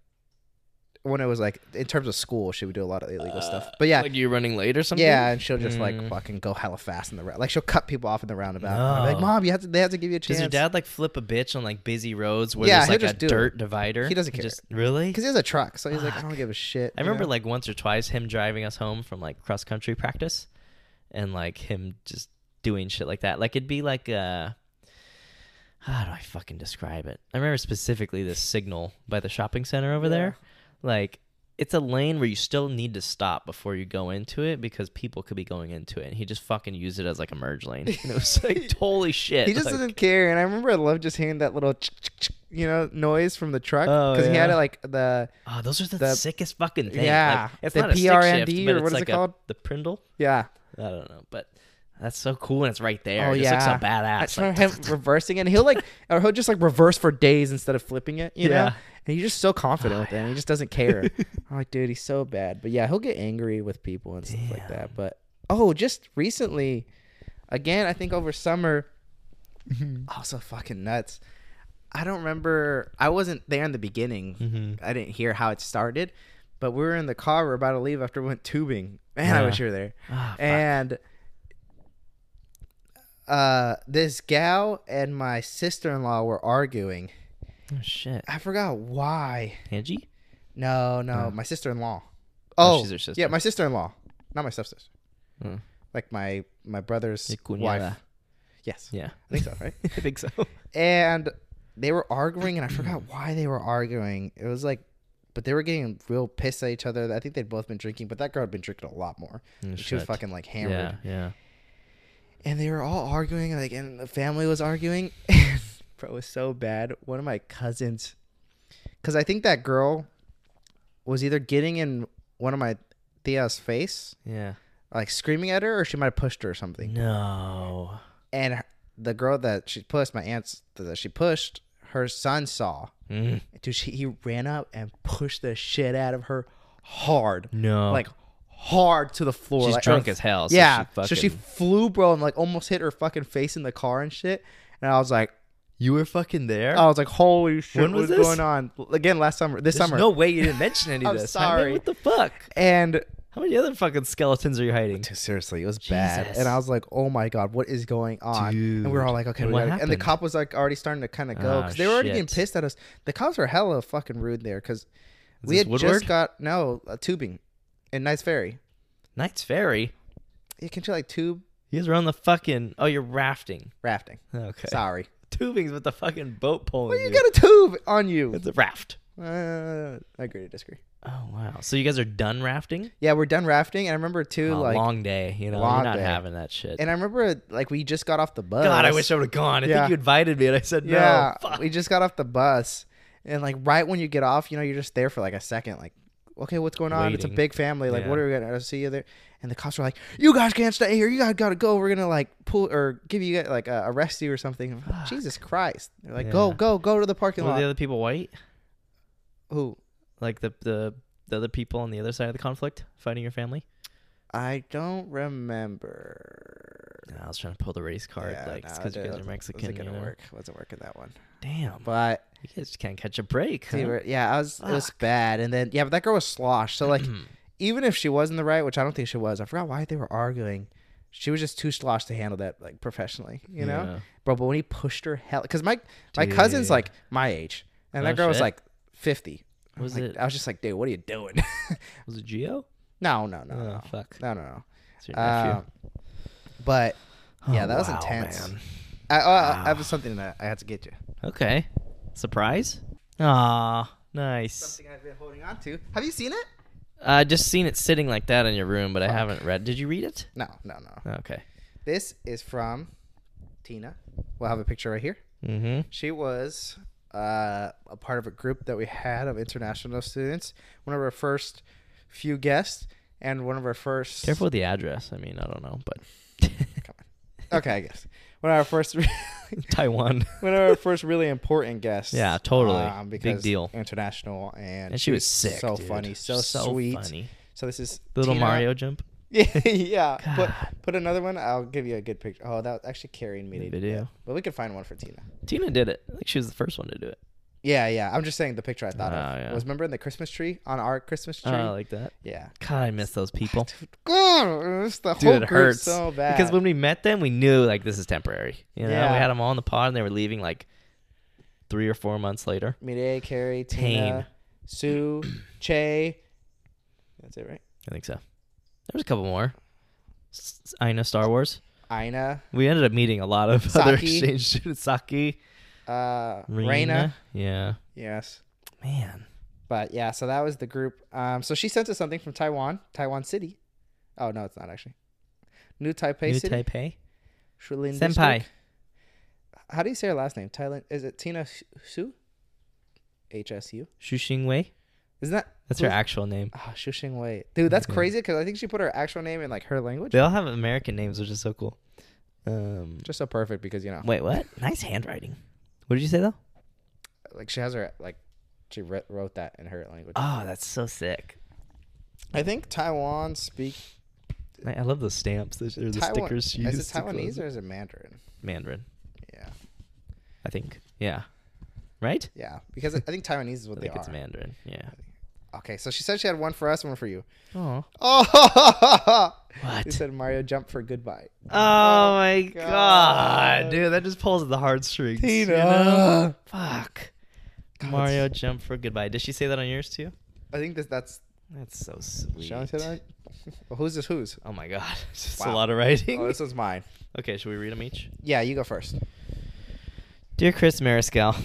when it was like in terms of school, she would do a lot of illegal stuff. But yeah, Uh, like you're running late or something. yeah, and she'll just Mm. like fucking go hella fast in the round. Like she'll cut people off in the roundabout. And I'll be No. like, mom, you have to. They have to give you a Does chance. your dad like flip a bitch on like busy roads where Yeah, there's he'll like a just do it. dirt divider? He doesn't care. Just, really? because he has a truck, so he's like, I don't give a shit. I you remember know? like once or twice him driving us home from like cross country practice, and like him just doing shit like that. Like it'd be like uh, how do I fucking describe it? I remember specifically this signal by the shopping center over Yeah. there. Like it's a lane where you still need to stop before you go into it because people could be going into it. And he just fucking used it as like a merge lane. And it was like holy shit. he just like, doesn't care. And I remember I love just hearing that little, ch- ch- ch- you know, noise from the truck Oh, because he had yeah. it like the Oh, those are the, The- sickest fucking thing. Yeah, like, it's the not a stick PRND shift, but or it's what is like it a- called? the Prindle. yeah. I don't know, but that's so cool and it's right there. Oh, it just looks so yeah. badass. I It's just like, remember him reversing it. And he'll like, or he'll just like reverse for days instead of flipping it, you know. Yeah. Oh, And he's just so confident with it. And he just doesn't care. I'm like, dude, he's so bad. But yeah, he'll get angry with people and stuff like that. But oh, just recently, again, I think over summer, Mm-hmm. also fucking nuts. I don't remember. I wasn't there in the beginning. Mm-hmm. I didn't hear how it started, but we were in the car. We are about to leave after we went tubing. Man, I Yeah. wish you were there. Ah, fuck. and uh, this gal and my sister in law were arguing. oh shit. I forgot why. Angie? No, no, my sister in law. Hmm. Oh, Oh, she's your sister. yeah, my sister in law, not my stepsister. Hmm. Like my my brother's Your cuñada. wife. Yes, Yeah. Oh, I think so, right? I think so. and they were arguing and i forgot why they were arguing it was like but they were getting real pissed at each other i think they'd both been drinking but that girl had been drinking a lot more she was fucking like hammered Oh, Yeah, yeah. and they were all arguing like and the family was arguing and bro it was so bad one of my cousins because i think that girl was either getting in one of my thea's face Yeah. like screaming at her or she might have pushed her or something No. and her- the girl that she pushed my aunt's that she pushed her son saw Mm. Dude, she, he ran up and pushed the shit out of her hard. No. Like hard to the floor. Oh. she's like, drunk earth. as hell. oh, So yeah. She fucking, So she flew, bro, and like almost hit her fucking face in the car and shit. And I was like, you were fucking there. I was like, holy shit, When was what's this? going on? Again, last summer, this There's summer. no way you didn't mention any of I'm this. Jaime. sorry. What the fuck? and How many other fucking skeletons are you hiding? dude, seriously, it was bad. Jesus. And I was like, oh my God, what is going on? And we Dude. were all like, okay, And we what gotta- and the happened? cop was like already starting to kind of go Ah, because they were already shit. getting pissed at us. The cops were hella fucking rude there because we this had Woodward? just got, no, uh, tubing in Nice Ferry. Knight's Ferry. you can you like tube You guys were on the fucking. Oh, you're rafting. rafting. Okay. Sorry, Tubing's with the fucking boat pulling. you got a tube on you. It's a raft. Uh, I agree to disagree. Oh wow! So you guys are done rafting? Yeah, we're done rafting, and I remember too, A like, long day, you know. long You're not day. having that shit. and I remember like we just got off the bus. God, I wish I would have gone. I Yeah. think you invited me, and I said no. yeah, Fuck. we just got off the bus, and like right when you get off, you know, you're just there for like a second, like okay, what's going on? It's a Waiting. big family. Like, Yeah. what are we gonna I'll see you there? And the cops were like, you guys can't stay here. You guys gotta go. We're gonna like pull or give you like uh, arrest you or something. I'm like, Jesus Christ! They're like, go, Yeah. go, go to the parking Were lot. the other people white? Who? Like the the the other people on the other side of the conflict fighting your family? I don't remember. No, I was trying to pull the race card, Yeah, like no, because you dude, guys are Mexican. Wasn't gonna you know? work. Wasn't working that one. Damn, But you guys can't catch a break. Dude, huh? we're- yeah, I was it was bad, and then yeah, but that girl was slosh. So like, Hmm. even if she was in the right, which I don't think she was, I forgot why they were arguing. She was just too slosh to handle that like professionally, you know, Yeah. bro. But when he pushed her, hell, because my my cousin's Dude. like my age, and Oh, that girl was shit. like fifty. I Was like- it- I was just like, dude, what are you doing? Was it Geo? no, no, no, Oh, no, fuck. no, no, It's your no. nephew. Um, but yeah, Oh, that was wow, intense. man. I, oh, I, I have something that I had to get you. Okay. Surprise? Ah, nice. Something I've been holding on to. Have you seen it? I just seen it sitting like that in your room, but I haven't read. Did you read it? No, no, no. Okay. This is from Tina. We'll have a picture right here. Mm-hmm. She was uh, a part of a group that we had of international students. One of our first few guests, and one of our first. Careful with the address. I mean, I don't know, but Okay, I guess one of our first. Taiwan. one of our first really important guests. um, Yeah, totally. Big because deal. International, and, And she was sick. So dude. funny, so, so sweet. Funny. So this is The little Tina. Mario jump. yeah, yeah. Put, God. put another one. I'll give you a good picture. Oh, that was actually carrying me The to do video. that. But we could find one for Tina. Tina did it. I think she was the first one to do it. Yeah, yeah. I'm just saying the picture I thought of Oh, yeah. was remember in the Christmas tree on our Christmas Oh, tree. like that. yeah. God, I miss those people. God, it's the Dude, whole it group hurts so bad. Because when we met them, we knew like this is temporary. You know, Yeah. we had them all in the pod, and they were leaving like three or four months later. Mireille, Carrie, Pain. Tina, Sue, Che. That's it, right? I think so. There was a couple more. S- S- Ina Star Wars. Ina, We ended up meeting a lot of other Saki. exchange students. Saki, uh, Raina. Reina. Yeah, Yes. man. But yeah, so that was the group. Um, so she sent us something from Taiwan, Taiwan City. Oh no, it's not actually. New Taipei New City. Taipei. Shulin Senpai. District. How do you say her last name? Thailand. Is it Tina Su- Su? H S U. Shuxing Wei. Isn't that That's who's- her actual name. Ah, Shu Xing Wei. Dude, that's Yeah. crazy because I think she put her actual name in like her language. They all have American names, which is so cool. Um, Just so perfect because you know, wait, what? Nice handwriting. What did you say though? like she has her like she writ- wrote that in her language. Oh, that's so sick. I think Taiwan speak I, I love those stamps. Those are the Taiwan- stickers she Is used it to close Taiwanese it. or is it Mandarin? Mandarin? Yeah, I think. Yeah. Right? yeah. Because I think Taiwanese is what I they think it's are. Mandarin. Yeah. Okay, so she said she had one for us, one for you. Oh. Oh, What? She said Mario jump for goodbye. Oh my god. God. dude! That just pulls at the heartstrings. you Tina. know? Fuck. Mario jump for goodbye. Did she say that on yours too? I think this, that's. That's so sweet. Shall I say that? well, who's this? Who's? Oh my god! It's just a Wow. lot of writing. Oh, this one's mine. okay, should we read them each? Yeah, you go first. Dear Chris Mariscal,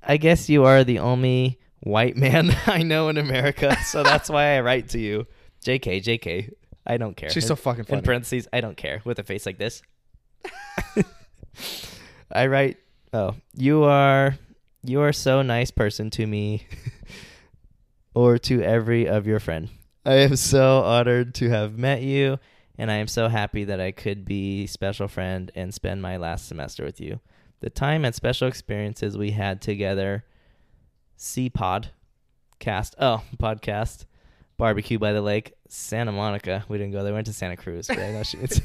I guess you are the only white man I know in America, so that's why I write to you. JK, JK, I don't care. She's so fucking funny. In parentheses, I don't care with a face like this. I write, oh, you are you are so nice person to me or to every of your friend. I am so honored to have met you and I am so happy that I could be special friend and spend my last semester with you. The time and special experiences we had together C Pod cast. Oh, podcast. Barbecue by the lake, Santa Monica. We didn't go there. We went to Santa Cruz, but I know she, it's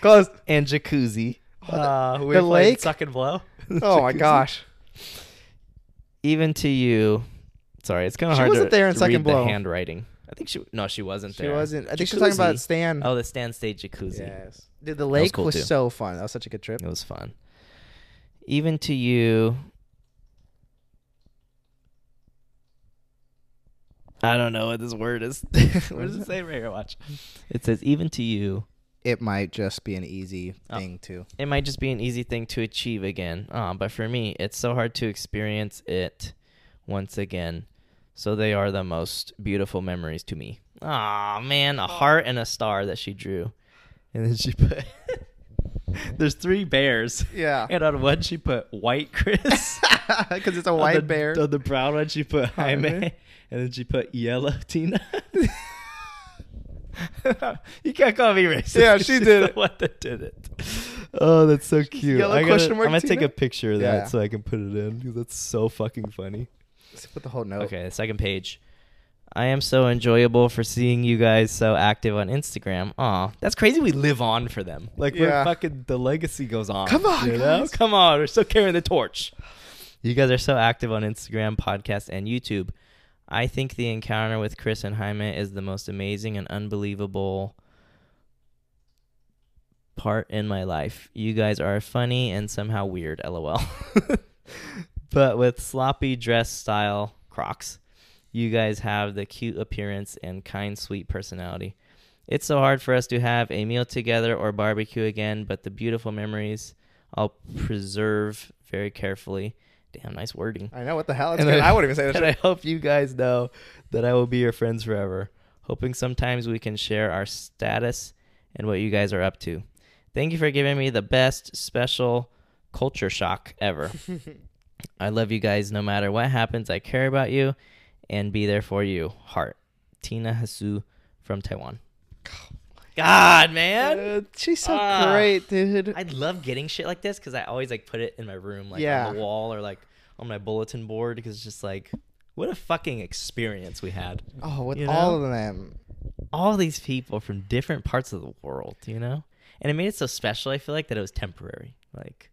Close. and jacuzzi. the- Ah, we the played lake? suck and blow. Oh my Jacuzzi. gosh. Even to you, sorry, it's kind of She hard wasn't to there in Suck read and the Blow. handwriting. I think she no, she wasn't She there. wasn't. I think she was talking about Jacuzzi. Stan. Oh, the stand stage jacuzzi. yes. Dude, the was lake cool, was, too. so fun. That was such a good trip. It was fun. Even to you. I don't know what this word is. what does it say right here? Watch. It says, even to you, It might just be an easy Oh. thing too. it might just be an easy thing to achieve again. Uh, but for me, it's so hard to experience it once again. So they are the most beautiful memories to me. Aw, man, a heart and a star that she drew. And then she put There's three bears. Yeah. And on one she put white Chris. Because it's a On white the- bear. On the brown one she put Jaime. Jaime. And then she put yellow Tina. you can't call me racist. Yeah, 'cause she she's did the it. one that did it. Oh, that's so cute. yellow I gotta, question mark I'm gonna take Tina? a picture of that Yeah. so I can put it in because that's so fucking funny. Let's put the whole note. Okay, the second page. I am so enjoyable for seeing you guys so active on Instagram. Aw, that's crazy. We live on for them. Like we're Yeah. fucking the legacy goes on. Come on, you know? guys. come on. We're still carrying the torch. You guys are so active on Instagram, podcast, and YouTube. I think the encounter with Chris and Jaime is the most amazing and unbelievable part in my life. You guys are funny and somehow weird, lol. but with sloppy dress style Crocs, you guys have the cute appearance and kind, sweet personality. It's so hard for us to have a meal together or barbecue again, but the beautiful memories I'll preserve very carefully. Damn, nice wording. I know what the hell. That's And good. I- I, wouldn't even say And that. I hope you guys know that I will be your friends forever. Hoping sometimes we can share our status and what you guys are up to. Thank you for giving me the best special culture shock ever. I love you guys no matter what happens. I care about you and be there for you. Heart. Tina Hasu from Taiwan. God, man. Uh, she's so Ah. great, dude. I love getting shit like this because I always like put it in my room, like Yeah. on the wall or like on my bulletin board because it's just like, what a fucking experience we had. oh, with you all know? of them. All these people from different parts of the world, you know? And it made it so special, I feel like, that it was temporary. Like,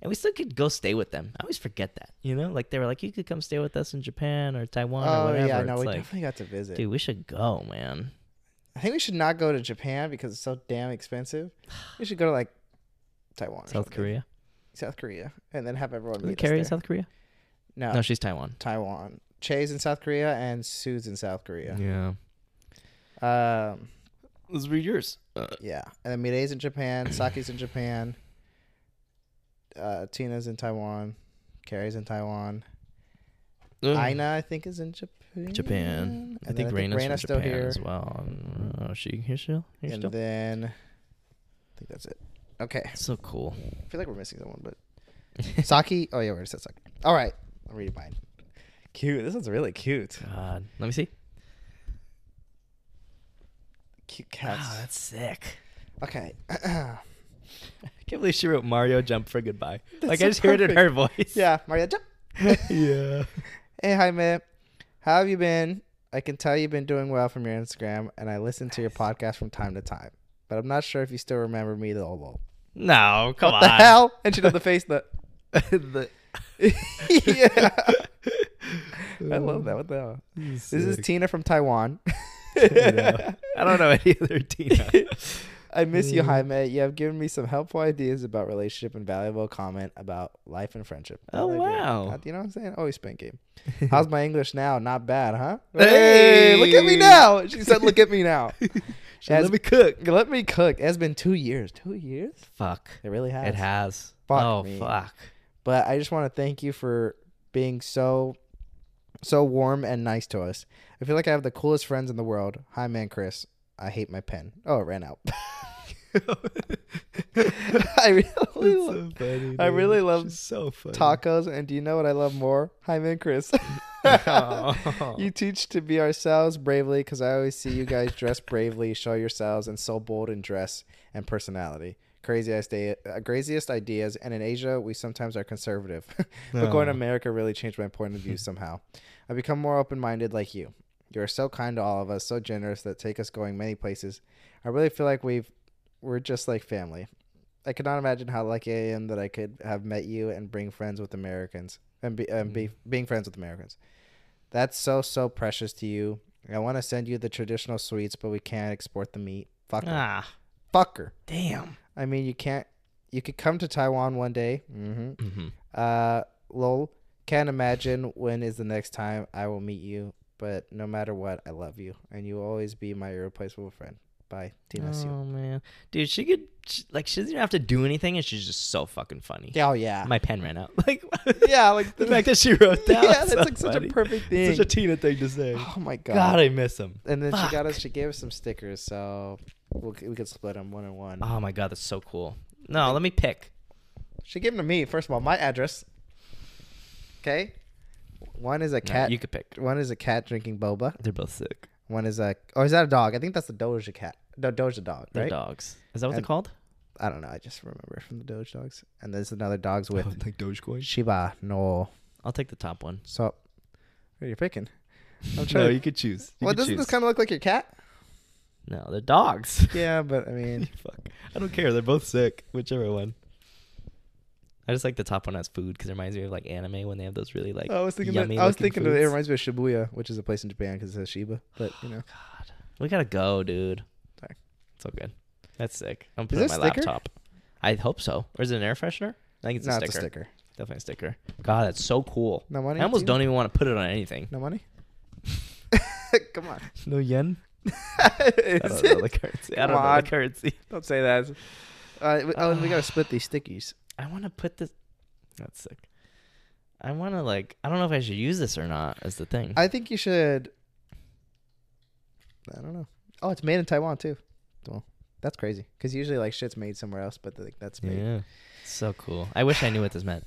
and we still could go stay with them. I always forget that, you know? Like, they were like, you could come stay with us in Japan or Taiwan or Oh whatever. yeah, no, it's we like, definitely got to visit. dude, we should go, man. I think we should not go to Japan because it's so damn expensive. We should go to like Taiwan, or South something. Korea. South Korea, and then have everyone Is meet it us Carrie in there. South Korea? No, No, she's Taiwan. Taiwan. Che's in South Korea and Sue's in South Korea. yeah. Um, Let's read yours. Uh, yeah, and then Mireille's in Japan, Saki's in Japan, uh, Tina's in Taiwan, Carrie's in Taiwan, Aina I think is in Japan. Japan. Mm-hmm. I And think then Raina's from still Japan here. as well. Oh, she here still? Here and still? then I think that's it. Okay, so cool. I feel like we're missing someone, but Saki. Oh yeah, we already said Saki. All right, I'm reading mine. Cute. This one's really cute. God, let me see. Cute cats. Wow, that's sick. Okay. I can't believe she wrote Mario Jump for Goodbye. like so I just heard it in her voice. yeah, Maria. Jump. yeah. Hey, hi, man. How have you been? I can tell you've been doing well from your Instagram, and I listen to your podcast from time to time. But I'm not sure if you still remember me, though. lol. No, come What the on. hell? And she does the face. The The- yeah. I love that. What the hell? This This is sick. Tina from Taiwan. Tina. I don't know any other Tina. I miss you, Jaime. You have given me some helpful ideas about relationship and valuable comment about life and friendship. I Oh, like it. wow. God, you know what I'm saying? Always spin game. How's my English now? Not bad, huh? Hey, look at me Hey. now. She said, "Look at me now." She let me cook. Let me cook. It's been two years. Two years. Fuck. It really has. It has. Fuck oh me. fuck. But I just want to thank you for being so, so warm and nice to us. I feel like I have the coolest friends in the world. Hi, man, Chris. I hate my pen. Oh, it ran out. I really That's love so funny, I dude. really love She's so funny. tacos, and do you know what I love more? Hi, man, Chris. Oh. You teach to be ourselves bravely because I always see you guys dress bravely, show yourselves, and so bold in dress and personality. Craziest, day, uh, craziest ideas, and in Asia, we sometimes are conservative. but going to No. America really changed my point of view somehow. I become more open minded like you. You are so kind to all of us, so generous that take us going many places. I really feel like we've we're just like family. I could not imagine how lucky I am that I could have met you and bring friends with Americans and be, and be Mm-hmm. being friends with Americans. That's so so precious to you. I want to send you the traditional sweets, but we can't export the meat. Fucker, Ah, fucker. damn. I mean, you can't. You could come to Taiwan one day. hmm Mhm. Uh, lol. Can't imagine when is the next time I will meet you, but no matter what, I love you, and you will always be my irreplaceable friend. Bye, Tina Su. Oh man, dude, she could she, like she doesn't even have to do anything, and she's just so fucking funny. Oh yeah, My pen ran out. Like yeah, like the fact that she wrote that. yeah, was that's so like such a funny. perfect thing. Such a Tina thing to say. oh my god. God, I miss him. And then she Fuck. Uh-huh. got us. She gave us some stickers, so we'll, we could split them one and one. Oh my god, that's so cool. No, let me pick. She gave them to me first of all. My address. Okay. One is a No, cat. you could pick. One is a cat drinking boba. They're both sick. One is a. Or is that a dog? I think that's the Doja cat. No, Doja dog. They're right? dogs. Is that what And- they're called? I don't know. I just remember from the Doge dogs. And there's another dogs with Oh, like Dogecoin. Shiba. No. I'll take the top one. So, what are you picking? I'm trying. to- could choose. well, doesn't this kind of look like your cat? No, they're dogs. Yeah, but I mean, Fuck. I don't care. They're both sick. Whichever one. I just like the top one as food because it reminds me of like anime when they have those really like. Oh, I was thinking. That, yummy I was looking thinking that it foods. reminds me of Shibuya, which is a place in Japan because it says Shiba. But you know, God, we gotta go, dude. Sorry. It's all good. That's sick. I'm putting this my sticker? laptop. I hope so. Or is it an air freshener? I think it's a no, sticker. it's a sticker. Definitely a sticker. God, that's so cool. No money. I almost Tina? don't even want to put it on anything. No money. Come on. No yen. I Is don't know the it? currency. I Come don't know on. the currency. Don't say that. Uh, we, oh, and we gotta split these stickies. I want to put this. That's sick. I want to like. I don't know if I should use this or not. Is the thing. I think you should. I don't know. Oh, it's made in Taiwan too. Well, that's crazy. Because usually, like, shit's made somewhere else, but like that's made. yeah. So cool. I wish I knew what this meant.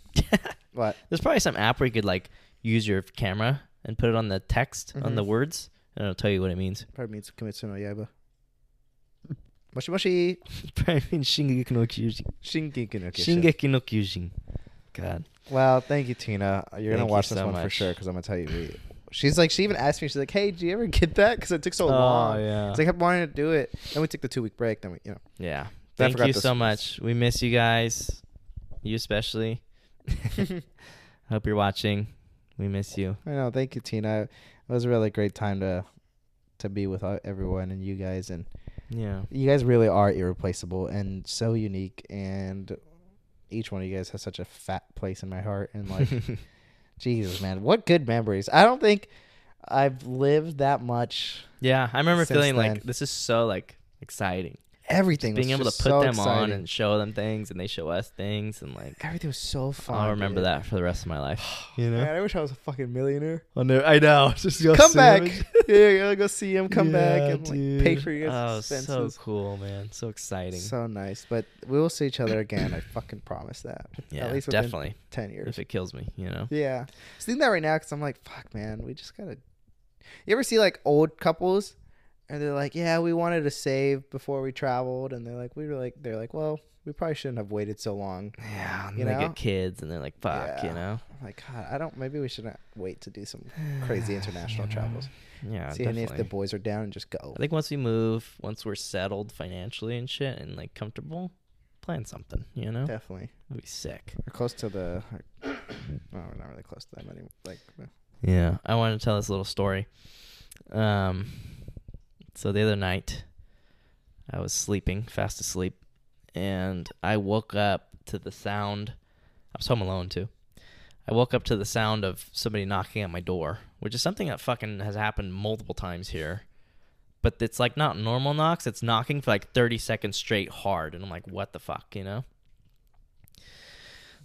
What? There's probably some app where you could like use your camera and put it on the text on the Mhm. words, and it'll tell you what it means. Probably means Kimetsu no Yaiba. Moshi moshi. probably means Shingeki no Kyojin. Shingeki no Kyushin. Shingeki no Kyojin. God. Well, thank you, Tina. You're Thank you gonna watch this so one for much. sure because I'm gonna tell you. we- She's like, she even asked me. She's like, "Hey, did you ever get that? Because it took so long." Oh, yeah. So I kept wanting to do it. Then we took the two week break. Then we, you know, yeah. I Thank forgot you this so was- much. We miss you guys. You especially. Hope you're watching. We miss you. I know. Thank you, Tina. It was a really great time to to be with uh, everyone and you guys. And Yeah. you guys really are irreplaceable and so unique. And each one of you guys has such a fat place in my heart. And like, Jesus, man, what good memories! I don't think I've lived that much. yeah. I remember Since feeling then. like this is so like exciting. Everything Being was able to put just so them on exciting. and show them things and they show us things and like everything was so fun. I'll remember dude. that for the rest of my life. You Man, I wish I was a fucking millionaire. I know. Oh, I know. Just go come see back. him. yeah, yeah, go see him. Come back Yeah, and like, pay dude. for your Oh, expenses. so cool, man. So exciting. So nice, but we will see each other again. I fucking promise that. yeah, at least within definitely. ten years. If it kills me, you know. Yeah, just think that right now because I'm like, fuck, man, we just gotta. You ever see like old couples, and they're like, yeah, we wanted to save before we traveled, and they're like, we were like, they're like, well, we probably shouldn't have waited so long. Yeah, and You they know? get kids, and they're like, "Fuck," Yeah. you know. I'm like, God, I don't. Maybe we shouldn't wait to do some crazy international Yeah. travels. Yeah, See, and Uh, definitely. if the boys are down, and just go. I think once we move, once we're settled financially and shit, and like comfortable, plan something. You know, Definitely, that'd be sick. we're close to the. Well, we're not really close to them anymore. Like, Yeah, I want to tell this little story. Um, so the other night, I was sleeping, fast asleep, and I woke up to the sound. I was home alone too. I woke up to the sound of somebody knocking at my door, which is something that fucking has happened multiple times here. But it's like not normal knocks, it's knocking for like 30 seconds straight hard. And I'm like, what the fuck, you know?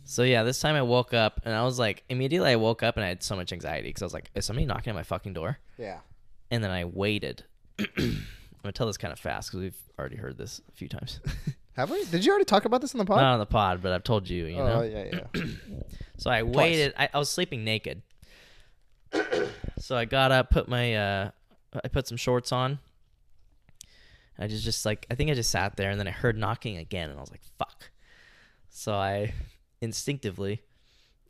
So yeah, this time I woke up and I was like, immediately I woke up and I had so much anxiety because I was like, is somebody knocking at my fucking door? yeah. and then I waited. I'm gonna tell this kind of fast because we've already heard this a few times. Have we? Did you already talk about this on the pod? Not on the pod, but I've told you, you know. Oh yeah, yeah. So I waited. I, I was sleeping naked. so I got up, put my, uh, I put some shorts on. I just, just like, I think I just sat there, and then I heard knocking again, and I was like, "Fuck!" So I, instinctively,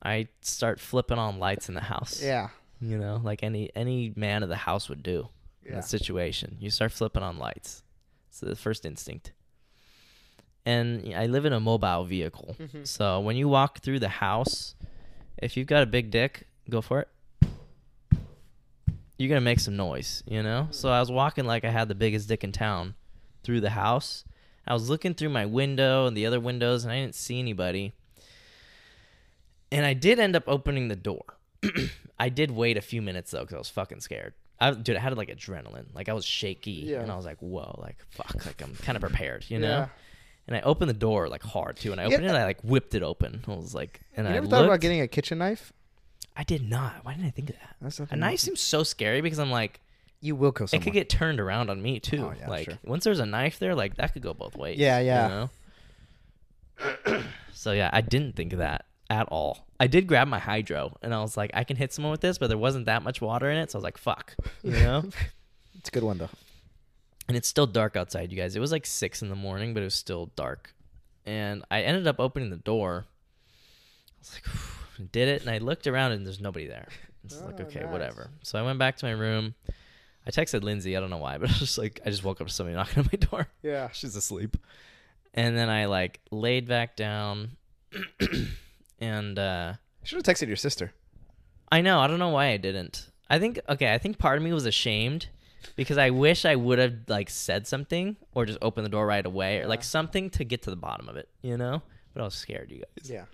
I start flipping on lights in the house. yeah. you know like any any man of the house would do in Yeah. that situation you start flipping on lights it's the first instinct and i live in a mobile vehicle so when you walk through the house if you've got a big dick go for it you're gonna make some noise you know so i was walking like i had the biggest dick in town through the house i was looking through my window and the other windows and i didn't see anybody and i did end up opening the door I did wait a few minutes though because I was fucking scared. I, dude, I had like adrenaline. Like I was shaky, Yeah. and I was like, "Whoa!" Like fuck. Like I'm kind of prepared, you know. Yeah. And I opened the door like hard too, and I Yeah. opened it. and I like whipped it open. I was like, and You I never looked. thought about getting a kitchen knife? I did not. Why didn't I think of that? That's A something knife seems so scary because I'm like, You will kill it someone. could get turned around on me too. Oh, yeah, like sure. once there's a knife there, like that could go both ways. Yeah, yeah. You know? so yeah, I didn't think of that at all. I did grab my hydro and I was like, I can hit someone with this, but there wasn't that much water in it, so I was like, fuck, you know. It's a good one though. and it's still dark outside, you guys. It was like six in the morning, but it was still dark. And I ended up opening the door. I was like, "Phew," did it, and I looked around and there's nobody there. It's like, Oh, okay, nice. whatever. So I went back to my room. I texted Lindsay. I don't know why, but I was just like, I just woke up to somebody knocking on my door. Yeah. She's asleep. And then I like laid back down, and uh, Should have texted your sister. I know. I don't know why I didn't. I think okay. I think part of me was ashamed because I wish I would have like said something or just opened the door right away or like something to get to the bottom of it, you know. But I was scared, you guys. Yeah.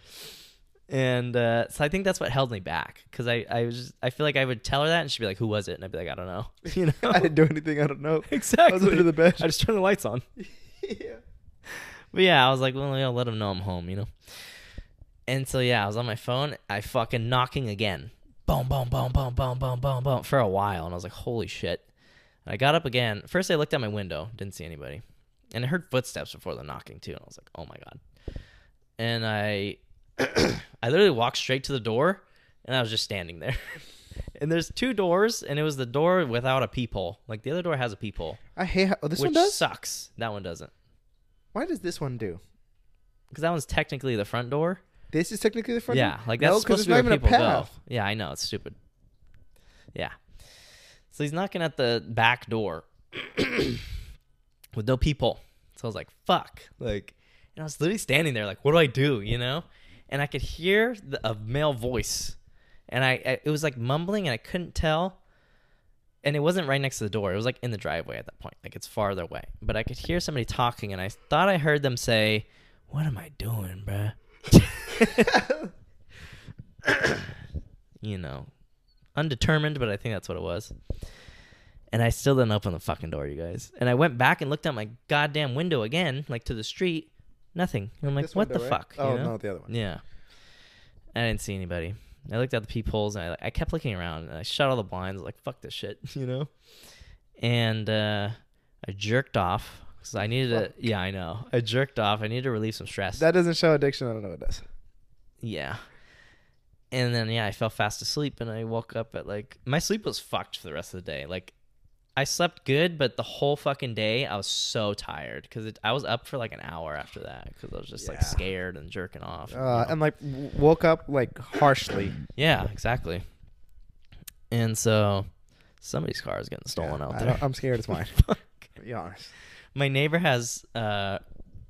And uh, so I think that's what held me back because I I was just, I feel like I would tell her that and she'd be like, "Who was it?" And I'd be like, "I don't know." You know. I didn't do anything. I don't know. exactly. under the bed. I just turned the lights on. yeah. But yeah, I was like, well, I'll let him know I'm home, you know. And so yeah, I was on my phone. I fucking knocking again. Boom, boom, boom, boom, boom, boom, boom, boom for a while, and I was like, holy shit. And I got up again. First, I looked out my window, didn't see anybody, and I heard footsteps before the knocking too, and I was like, oh my god. And I, I literally walked straight to the door, and I was just standing there. and there's two doors, and it was the door without a peephole. Like the other door has a peephole, I hate. How, oh, this which one does. sucks. That one doesn't, Why does this one do? because that one's technically the front door. This is technically the front. Yeah, door? like No, that's supposed 'cause it's to be not where even people a go. path. Yeah, I know it's stupid. Yeah, so he's knocking at the back door with no people. So I was like, "Fuck!" Like, and I was literally standing there, like, "What do I do?" You know? And I could hear the, a male voice, and I, I it was like mumbling, and I couldn't tell. And it wasn't right next to the door; it was like in the driveway at that point, like it's farther away. But I could hear somebody talking, and I thought I heard them say, "What am I doing, bruh? you know, undetermined, but I think that's what it was. And I still didn't open the fucking door, you guys. And I went back and looked out my goddamn window again, like to the street. Nothing. And I'm like, This what one the though, right? fuck? Oh you know? no, the other one. Yeah. I didn't see anybody. I looked out the peepholes and I, I kept looking around and I shut all the blinds. Like, fuck this shit, you know? And uh, I jerked off because I needed to. Yeah, I know. I jerked off. I needed to relieve some stress. That doesn't show addiction. I don't know what does. Yeah. And then yeah, I fell fast asleep and I woke up at like my sleep was fucked for the rest of the day. Like I slept good, but the whole fucking day I was so tired because I was up for like an hour after that because I was just like Yeah. scared and jerking off. and, you Uh, know. and like w- woke up like harshly. yeah, exactly. And so somebody's car is getting stolen out I there. don't- I'm scared it's mine. Fuck. to be honest. my neighbor has uh,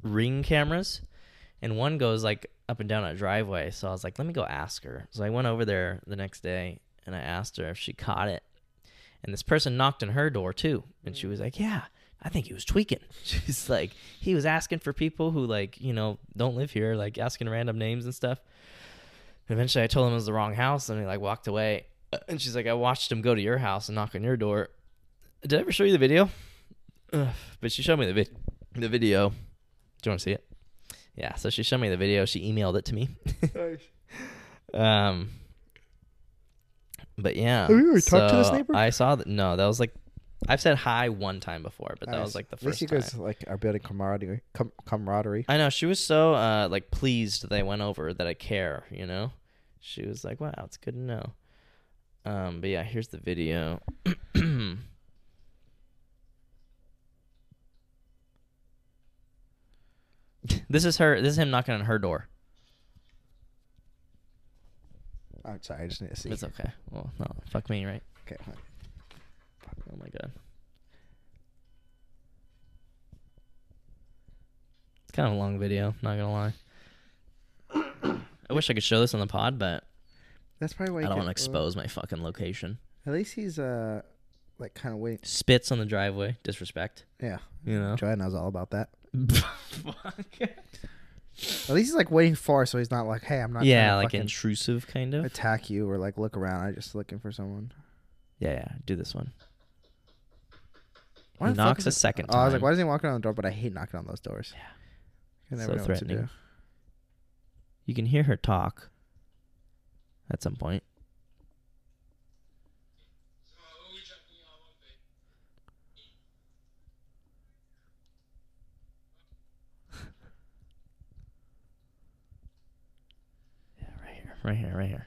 ring cameras, and one goes like up and down a driveway. So I was like, let me go ask her. So I went over there the next day and I asked her if she caught it. And this person knocked on her door too, and she was like, yeah. I think he was tweaking. She's like, he was asking for people who like, you know, don't live here, like asking random names and stuff. Eventually, I told him it was the wrong house, and he like walked away. Uh, And she's like, I watched him go to your house and knock on your door. Did I ever show you the video? Ugh, but she showed me the vid- the video. Do you want to see it? Yeah. So she showed me the video. She emailed it to me. Um. But yeah. Have you ever talked to this so neighbor? I saw that. No, that was like, I've said hi one time before, but that Nice. was like the At least first you time. guys like are building camaraderie. Com- camaraderie. I know she was so uh, like pleased that I went over that I care. You know, she was like, "Wow, it's good to know." Um, but yeah, here's the video. this is her. This is him knocking on her door. I'm Oh, sorry. I just need to see. It's okay. Well, no, fuck me, right? Okay. fine. Oh my god. It's kind of a long video. Not gonna lie. I wish I could show this on the pod, but That's probably why. I you don't can- want to expose my fucking location. At least he's uh like kind of waiting. Spits on the driveway. Disrespect. Yeah. You know. Joy knows all about that. Fuck. At least he's like waiting far, so he's not like, hey, I'm not. yeah, trying to like fucking intrusive kind of. attack you or like look around. I'm just looking for someone. Yeah, yeah. Do this one. Why he the fuck knocks is a it- second Oh, time. I was like, why doesn't he walk around the door? But I hate knocking on those doors. Yeah. I never So know what to threatening. do. You can hear her talk. At some point. Right here, right here.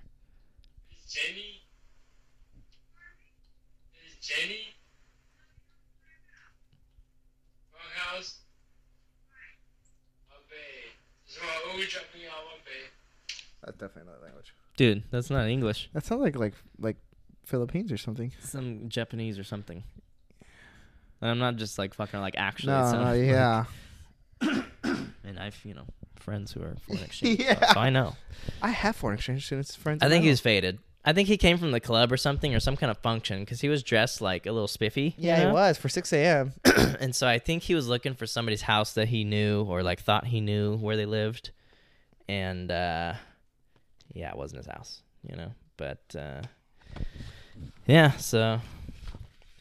Jenny? Is Jenny? Wrong house? Obey. This is what Uj me on obey. That's definitely another language. Dude, that's not English. That sounds like like like Philippines or something. Some Japanese or something. And I'm not just like fucking like actually. it No, sounds no, like- yeah. and I've you know friends who are foreign exchange. Yeah. so I know. I have foreign exchange students friends. I think now. he was faded. I think he came from the club or something or some kind of function because he was dressed like a little spiffy. you Yeah, know? it was for 6 a.m. and so I think he was looking for somebody's house that he knew or like thought he knew where they lived, and uh, yeah, it wasn't his house, you know. But uh, yeah, so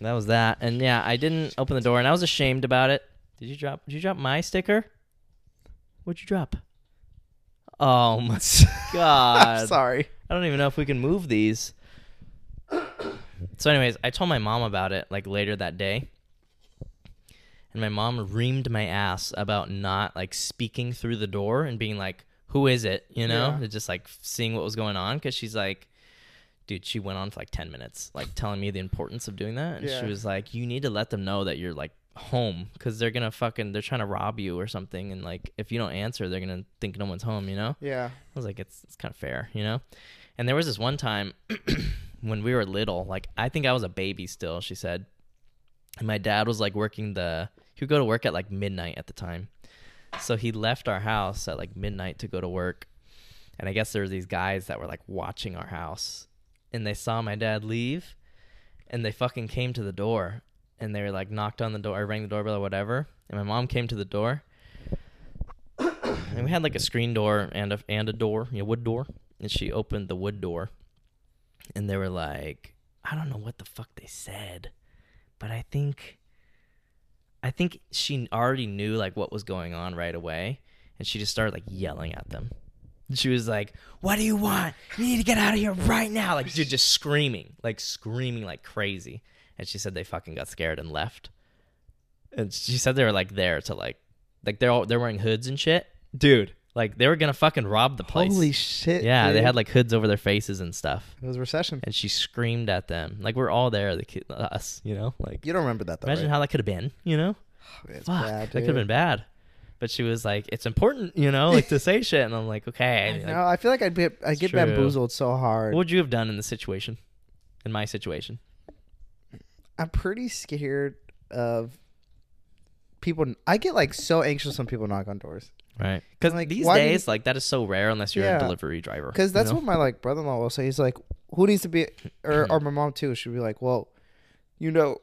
that was that, and yeah, I didn't open the door, and I was ashamed about it. Did you drop? Did you drop my sticker? What'd you drop? Oh my I'm god! sorry. I don't even know if we can move these. So, anyways, I told my mom about it like later that day. And my mom reamed my ass about not like speaking through the door and being like, who is it? You know, Yeah. and just like seeing what was going on. Cause she's like, dude, she went on for like 10 minutes, like telling me the importance of doing that. And Yeah. she was like, you need to let them know that you're like home because they're gonna fucking, they're trying to rob you or something. And like, if you don't answer, they're gonna think no one's home, you know? Yeah. I was like, it's, it's kind of fair, you know? And there was this one time when we were little, like, I think I was a baby still, she said. And my dad was like working the, he would go to work at like midnight at the time. So he left our house at like midnight to go to work. And I guess there were these guys that were like watching our house. And they saw my dad leave and they fucking came to the door and they were like knocked on the door, or rang the doorbell or whatever. And my mom came to the door and we had like a screen door and a and a door, a wood door, and she opened the wood door, and they were like, I don't know what the fuck they said, but I think, I think she already knew like what was going on right away, and she just started like yelling at them. She was like, "What do you want? You need to get out of here right now!" Like, dude, just screaming, like screaming like crazy. And she said they fucking got scared and left. And she said they were like there to like, like they're all they're wearing hoods and shit, dude. Like they were gonna fucking rob the place. Holy shit. yeah, they dude. had like hoods over their faces and stuff. it was recession. And she screamed at them, like we're all there, the kid, us, you know. Like You don't remember that though. imagine right? how that could have been, you know. It's Fuck, bad, that could have dude. been bad. But she was like, "It's important, you know, like to say shit." And I'm like, "Okay." Like, No, I feel like I'd be I It's get true. bamboozled so hard. What would you have done in the situation? In my situation? I'm pretty scared of people. I get like so anxious when people knock on doors Right. Because Like, these why do you- days, like, that is so rare unless you're Yeah. a delivery driver. because you that's know? what my like brother-in-law will say. He's like, "Who needs to be," or or my mom too. She'll be like, "Well, you know,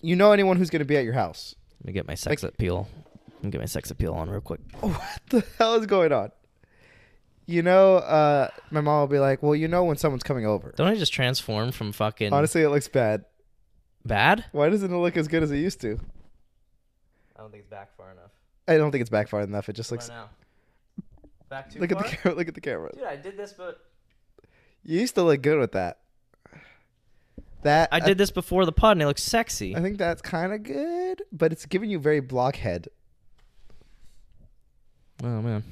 you know anyone who's gonna be at your house? Let me get my sex appeal. Let me get my sex appeal on real quick. What the hell is going on?" You know, uh, my mom will be like, "Well, you know when someone's coming over." Don't I just transform from fucking Honestly, it looks bad. bad? Why doesn't it look as good as it used to? I don't think it's back far enough. I don't think it's back far enough. It just looks. now? Back too Look at the camera. Look at the camera. Dude, I did this, but You used to look good with that. That I did this before the pod, and it looks sexy. I think that's kind of good, but it's giving you very blockhead. Oh man.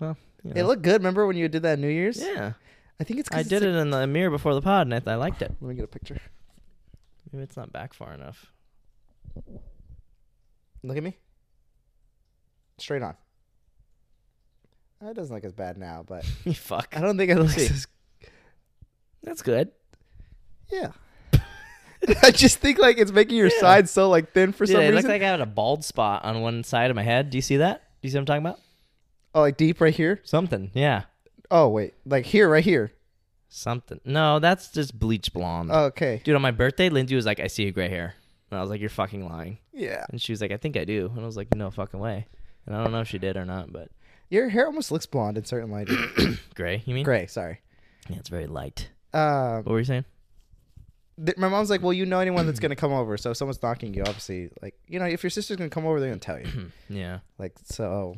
Well, you It know. looked good. Remember when you did that New Year's? yeah. I think it's. 'cause I it's did like- it in the mirror before the pod, and I, th- I liked it. Let me get a picture. Maybe it's not back far enough. Look at me. Straight on. It doesn't look as bad now, but Fuck. I don't think it looks See. as. That's good. Yeah. I just think like it's making your Yeah. sides so like thin for Dude, some it reason. looked like I had a bald spot on one side of my head. Do you see that? Do you see what I'm talking about? oh, like deep right here. Something. Yeah. Oh wait, like here, right here. Something. No, that's just bleach blonde. Okay. Dude, on my birthday, Lindsay was like, I see your gray hair. And I was like, You're fucking lying. Yeah. And she was like, I think I do. And I was like, No fucking way. And I don't know if she did or not, but Your hair almost looks blonde in certain lighting. gray, you mean? Gray. Sorry. Yeah, it's very light. Um, What were you saying? th- my mom's like, well, you know anyone that's gonna come over, so if someone's knocking you, obviously, like, you know, if your sister's gonna come over, they're gonna tell Hmm. you. Yeah. like, so,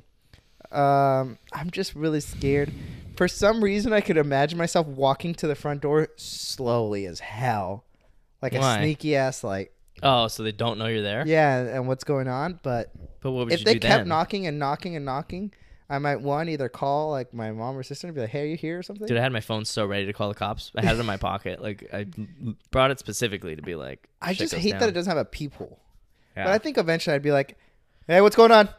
um, I'm just really scared. For some reason, I could imagine myself walking to the front door slowly as hell, like Why? a sneaky ass, like, Oh, so they don't know you're there? yeah, and what's going on. But But what would if you they do kept then? knocking and knocking and knocking, I might one either call like my mom or sister and be like, "Hey, are you here?" or something. Dude, I had my phone so ready to call the cops. I had it in my pocket. Like I l- brought it specifically to be like. I shit just goes hate down. that it doesn't have a peephole. Yeah. But I think eventually I'd be like, "Hey, what's going on?"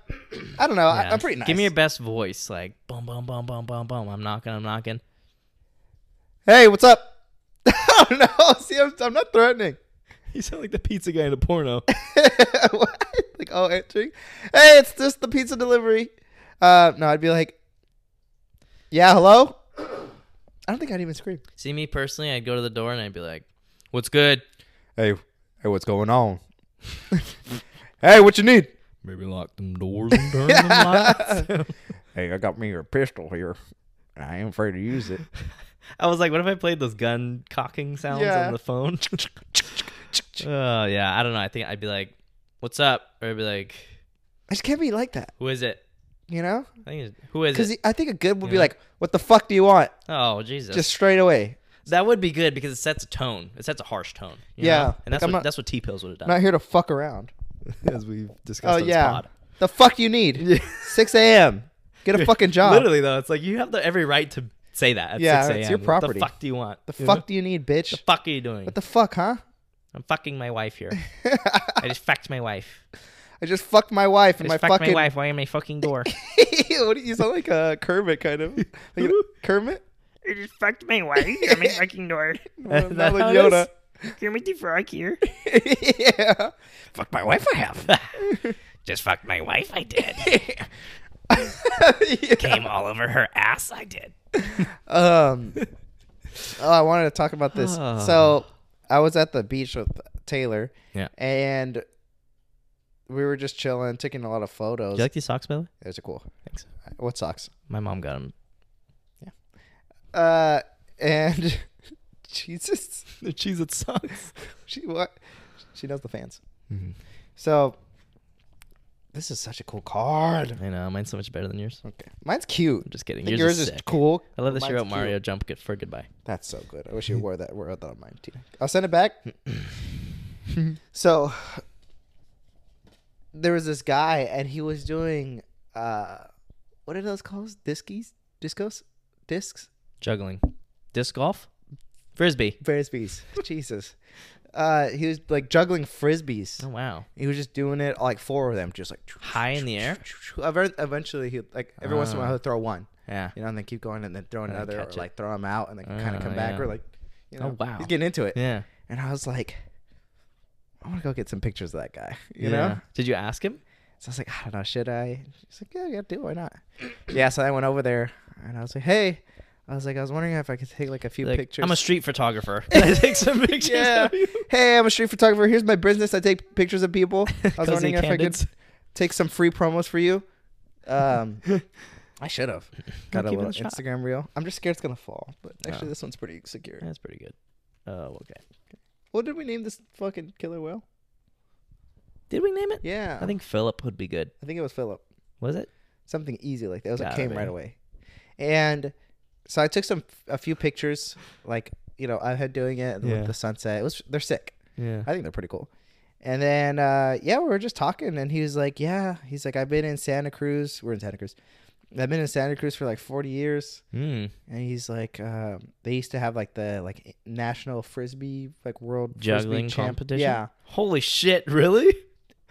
I don't know. I, Yeah. I'm pretty nice. Give me your best voice, like boom, boom, boom, boom, boom, boom. I'm knocking, I'm knocking. Hey, what's up? I don't know. See, I'm, I'm not threatening. You sound like the pizza guy in a porno. what? Like, oh, entering. Hey, it's just the pizza delivery. Uh, no, I'd be like, yeah, hello. I don't think I'd even scream. See me personally, I'd go to the door and I'd be like, "What's good?" Hey, hey, what's going on? hey, what you need? Maybe lock them doors and turn them lights. Hey, I got me a pistol here. I ain't afraid to use it. I was like, what if I played those gun cocking sounds Yeah. on the phone? Oh yeah, I don't know. I think I'd be like, "What's up?" Or I'd be like, I just can't be like that, "Who is it?" you know? I think it's, who is it? Because I think a good would be Yeah. like, what the fuck do you want? oh Jesus, Just straight away. that would be good because it sets a tone. It sets a harsh tone. you Yeah, know? and like, that's I'm what not- that's what T pills would have done. I'm not here to fuck around. as we've discussed. Oh, on this yeah. pod. The fuck you need? 6 a.m. Get a fucking job. Literally though, it's like you have the every right to say that. At Yeah, 6 a.m. it's your property. What the fuck do you want? The You know? fuck do you need, bitch? The fuck are you doing? What the fuck, huh? I'm fucking my wife here. I just fucked my wife. I just fucked my wife I and just my fucked fucking. my wife. Why am I fucking door? what do you you sound like a Kermit kind of? Like a Kermit? I just fucked my wife. I'm in fucking door. Not that like how it Yoda. Kermit the Frog here. yeah. Fuck my wife. I have. just fucked my wife. I did. Yeah. Came all over her ass. I did. Um. Oh, I wanted to talk about this. Ah. So, I was at the beach with Taylor. Yeah. And we were just chilling, taking a lot of photos. Do you like these socks, by the way? Those are cool. Thanks. What socks? My mom got them. Uh, and Jesus. The cheese it socks. she what? She knows the fans. Mm-hmm. So this is such a cool card. I know. Mine's so much better than yours. I'm Okay, mine's cute. just kidding. I think Yours, yours is, is sick. cool. I love but this you mine's wrote Mario cute. jump good for goodbye. That's so good. I wish you wore that. Wore that on mine too. I'll send it back. so there was this guy, and he was doing uh, what are those called? Diskies, discos, discs, Juggling, disc golf, frisbee. frisbees. Jesus. Uh, he was like juggling frisbees. Oh wow. He was just doing it like four of them, just like High in the air? Ever- Eventually, he like every once in a while Ah. he'll throw one, Yeah. you know, and then keep going and then throw then another, or catch it. like throw them out and then kind Ah, of come back, yeah. or like, you know, Oh, wow. he's getting into it. Yeah. And I was like, I want to go get some pictures of that guy, you yeah. know. Did you ask him? So I was like, I don't know, should I? She's like, Yeah, yeah, do why not? yeah, so I went over there and I was like, Hey, I was like, I was wondering if I could take like a few Like, pictures. I'm a street photographer. Can I take some pictures yeah. of you? Hey, I'm a street photographer. Here's my business. I take pictures of people. I was Cozy wondering if I could Candids. take some free promos for you. Um, I should have got a Give it little a shot. Instagram reel. I'm just scared it's gonna fall, but actually Oh. this one's pretty secure. That's pretty good. Oh, okay. What did we name this fucking killer whale? Did we name it? Yeah, I think Philip would be good. I think it was Philip. Was it? Something easy like that. It was it Gotta came be. right away. And so I took some a few pictures, like you know I had doing it Yeah. with the sunset. It was they're sick. Yeah. I think they're pretty cool. And then uh, yeah, we were just talking, and he was like, "Yeah," he's like, "I've been in Santa Cruz. We're in Santa Cruz. I've been in Santa Cruz for like 40 years." Mm. and he's like um, they used to have like the like national frisbee like world Juggling frisbee champ- competition. yeah Holy shit! Really?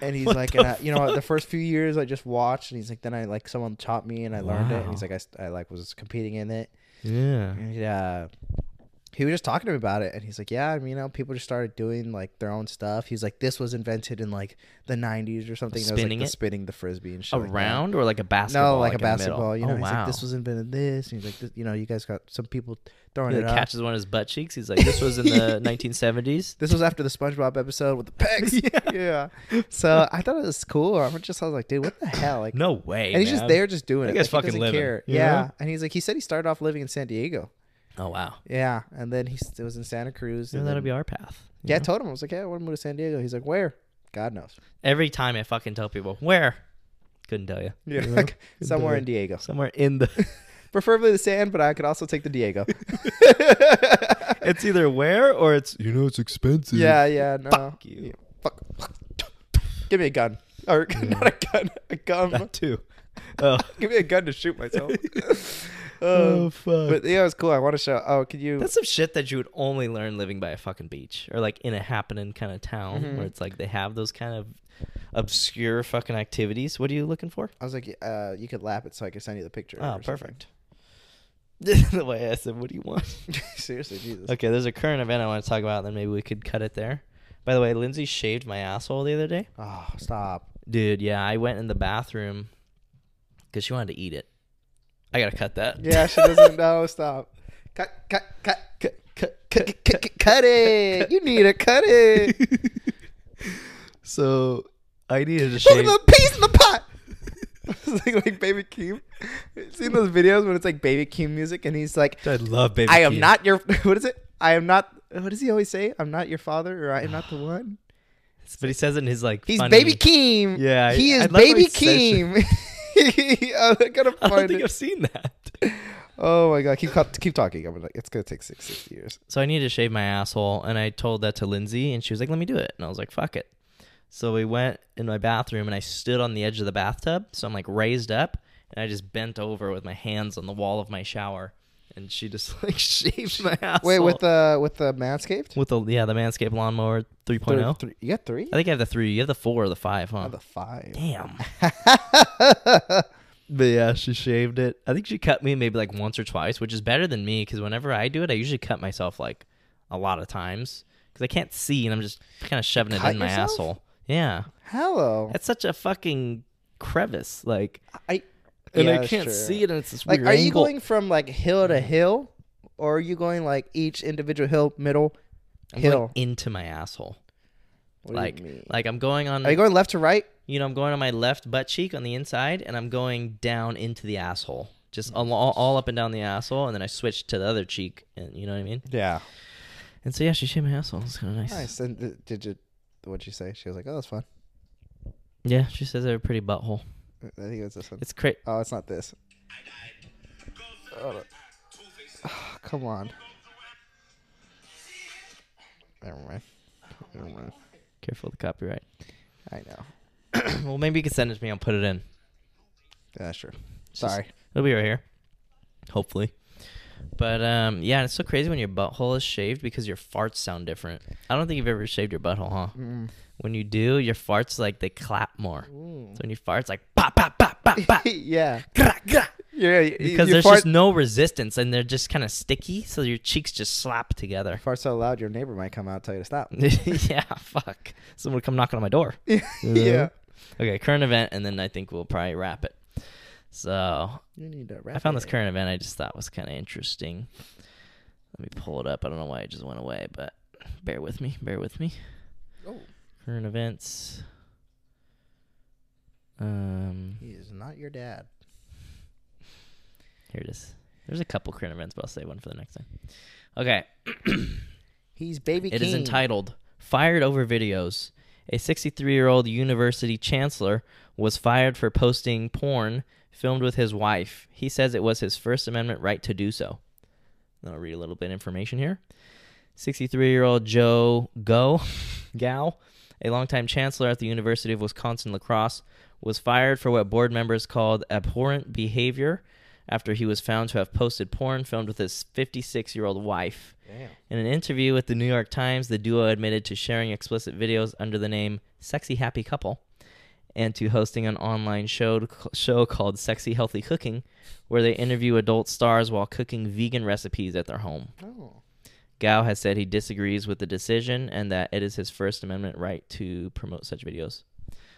and he's What like the and I, you know the first few years i just watched and he's like then i like someone taught me and i learned it and he's Wow. like I, st- I like was competing in it Yeah. and uh he was just talking to me about it and he's like yeah I mean, you know people just started doing like their own stuff he's like this was invented in like the 90s or something and it was, Spinning like, the it? spinning the frisbee and shit like that. Around or like a basketball? no like, a in the middle? basketball you know Oh, he's wow. like this was invented this and he's like this, you know you guys got some people throwing He it like, up. catches one of his butt cheeks. He's like, "This was in the 1970s." This was after the SpongeBob episode with the pegs. yeah. So I thought it was cool. I'm just I was like, dude, what the hell? Like, No way. and he's just man. there, just doing That it. guy's like, he fucking doesn't living, Care. you Yeah. know? And he's like, he said he started off living in San Diego. Oh wow. Yeah. And then he s- it was in Santa Cruz. Maybe and that'll then- be our path. you yeah. I know? told him I was like, yeah, I want to move to San Diego. He's like, where? God knows. Every time I fucking tell people where, couldn't tell you. Yeah. You know? Like, Couldn't somewhere tell in you. Diego, Somewhere in the. preferably the sand, but I could also take the Diego. it's either where or it's you know it's expensive. yeah. Yeah. No. Fuck you. Yeah, fuck. Give me a gun. Or not a gun. A gum. That too. Oh, Give me a gun to shoot myself. oh Um, fuck. but yeah, it was cool. I want to show. Oh, could you? That's some shit that you would only learn living by a fucking beach or like in a happening kind of town where it's like they have those kind of obscure fucking activities. What are you looking for? I was like, uh, you could lap it so I could send you the picture. Oh, or something. perfect. the way I said, what do you want? Seriously, Jesus. Okay, there's a current event I want to talk about, then maybe we could cut it there. By the way, Lindsay shaved my asshole the other day. Oh, stop. Dude, yeah, I went in the bathroom because she wanted to eat it. I gotta cut that. Yeah, she doesn't know. Stop. Cut, cut, cut, cut, cut, cut, cut, cut, cut it. You need to cut it. so I needed to Put shave. the piece in the pot. it's like, like Baby Keem. Seen those videos when it's like Baby Keem music and he's like, I love baby. I am Keem. not your. What is it? I am not. What does he always say? I'm not your father, or I am not the one. But he says it in his like. He's funny- Baby Keem. Yeah, I- he I is love how Baby he says Keem. I gotta I don't find think it. I've seen that. Oh my god, keep cut- keep talking. I'm like, it's gonna take six six years. So I needed to shave my asshole, and I told that to Lindsay, and she was like, "Let me do it," and I was like, "Fuck it." So we went in my bathroom, and I stood on the edge of the bathtub, so I'm like raised up, and I just bent over with my hands on the wall of my shower, and she just like shaved my asshole. Wait, with the with the manscaped. with the yeah the Manscaped lawnmower 3.0. Three, you got three. oh? I think I have the three. You have the four or the five, huh? Oh, the five. Damn. But yeah, she shaved it. I think she cut me maybe like once or twice, which is better than me because whenever I do it, I usually cut myself like a lot of times because I can't see and I'm just kind of shoving it cut in my yourself? asshole. Yeah, Hello. that's such a fucking crevice. Like, I. and yeah, I that's can't true. see it, and it's Mm. this Like, weird are you angle. going from like hill to hill, or are you going like each individual hill, middle I'm going hill? into my asshole. What do you like, mm. mean? like I'm going on. are you going left to right? you know, I'm going on my left butt cheek on the inside, and I'm going down into the asshole, just all, all up and down the asshole, and then I switch to the other cheek, and you know what I mean. Yeah. And so yeah, she shaved my asshole. It's kind of nice. Nice. And th- did you? What'd you say? She was like, "Oh, that's fun." Yeah, she says I have a pretty butthole. I think it was this one. It's cra oh, it's not this. Hold on. Ah, come on. Never mind. Never mind. Careful with the copyright. I know. well, maybe you can send it to me. I'll put it in. Yeah, sure. just- Sorry. It'll be right here, hopefully. But um, yeah, it's so crazy when your butthole is shaved because your farts sound different. I don't think you've ever shaved your butthole, huh? When you do, your farts like they clap more. So when you fart, it's like pop, pop, pop, pop, pop. yeah. gra, gra. Yeah. y- y- Because you there's fart, just no resistance and they're just kind of sticky, so your cheeks just slap together. fart so loud, your neighbor might come out and tell you to stop. yeah, fuck. Someone would come knocking on my door. yeah. Okay, current event, and then I think we'll probably wrap it. So You need to wrap. I found this it. current event I just thought was kind of interesting. Let me pull it up. I don't know why it just went away, but bear with me. Bear with me. Oh. Current events. Um, He is not your dad. here it is. There's a couple current events, but I'll save one for the next time. Okay, He's baby. It king. is entitled Fired Over Videos. A 63 year old university chancellor was fired for posting porn filmed with his wife. He says it was his First Amendment right to do so. And I'll read a little bit of information here. 63 year old Joe Go Gow, a longtime chancellor at the University of Wisconsin La Crosse, was fired for what board members called abhorrent behavior after he was found to have posted porn filmed with his 56 year old wife. In an interview with the New York Times, the duo admitted to sharing explicit videos under the name Sexy Happy Couple and to hosting an online show, show called Sexy Healthy Cooking, where they interview adult stars while cooking vegan recipes at their home. Oh. Gao has said he disagrees with the decision and that it is his First Amendment right to promote such videos.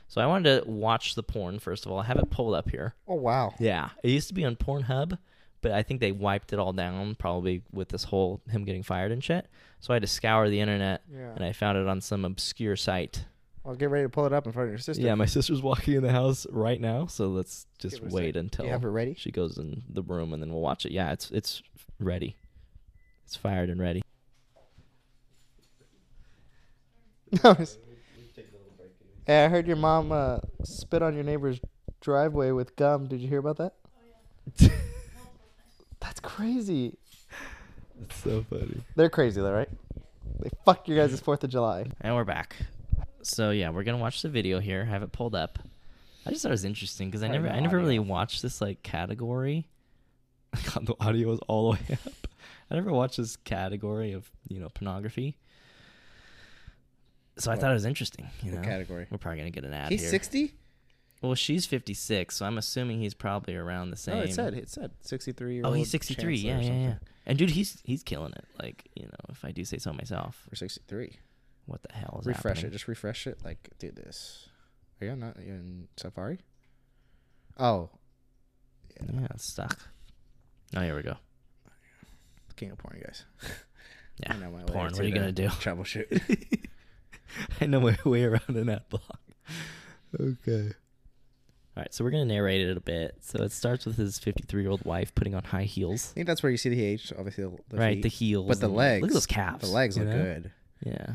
So I wanted to watch the porn, first of all. I have it pulled up here. Oh wow. Yeah. It used to be on Pornhub, but I think they wiped it all down probably with this whole him getting fired and shit. So I had to scour the internet Yeah. and I found it on some obscure site. Well, get ready to pull it up in front of your sister. Yeah, my sister's walking in the house right now, so let's just Give her a wait sec. until You have her ready? she goes in the room and then we'll watch it. Yeah, it's it's ready. It's fired and ready. Hey, I heard your mom uh, spit on your neighbor's driveway with gum. Did you hear about that? Oh, That's crazy. It's so funny. They're crazy though, right? They fuck your guys' Fourth of July. And we're back. So yeah, we're gonna watch the video here. Have it pulled up. I just thought it was interesting because I Or never, the I never audio. really watched this like category. God, the audio is all the way up. I never watched this category of you know pornography. So I What? thought it was interesting. You know, What category? we're probably gonna get an ad He's here. sixty. Well, she's fifty six, so I'm assuming he's probably around the same. Oh, it said it said sixty three year Oh, old. he's sixty three. Yeah, yeah, yeah. And dude, he's he's killing it. Like you know, if I do say so myself, Or sixty three. what the hell is Refresh happening? it. Just refresh it. Like do this. Are you not in Safari? Oh, Yeah, it's stuck. Oh, here we go. King of Porn, guys. Yeah, I know my way porn. What to are you the gonna do? Troubleshoot. I know my way around an ad block. Okay. All right, so we're gonna narrate it a bit. So it starts with his 53 year old wife putting on high heels. I think that's where you see the age. Obviously, the, the right, feet. the heels, but the and legs. Look at those calves. The legs you look know? good. Yeah.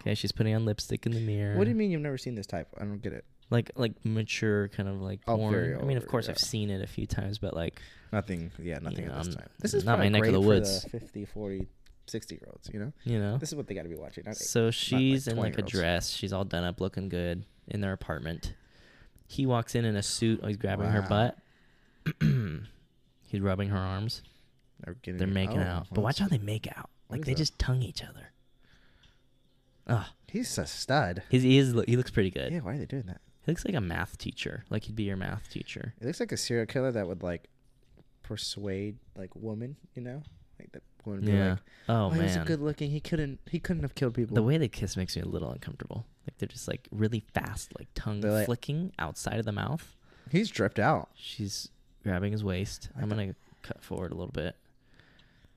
Okay, she's putting on lipstick in the mirror. What do you mean you've never seen this type? I don't get it. Like, like mature, kind of like Oh, porn. very I mean, of over, course, yeah. I've seen it a few times, but like, Nothing. Yeah, nothing Yeah, at this I'm- time. This is not my probably neck of the great for woods. 50, 40, 60 year olds. You know, you know. this is what they got to be watching. Not So she's in like a 20-year-olds. dress. She's all done up, looking good in their apartment. He walks in in a suit. Oh, he's grabbing her Wow. butt. he's rubbing her arms. they're, getting- They're making oh, out. But well, watch how they make out. what Like is they that? just tongue each other. Ah, He's a stud. his he is he looks pretty good. Yeah, why are they doing that? He looks like a math teacher. Like he'd be your math teacher. It looks like a serial killer that would like persuade like woman. You know, like that woman. Would Be Yeah. like, oh, he was man. good looking. He couldn't. He couldn't have killed people. The way they kiss makes me a little uncomfortable. Like they're just like really fast, like tongue They're like- flicking outside of the mouth. He's dripped out. She's grabbing his waist. I'm gonna cut forward a little bit.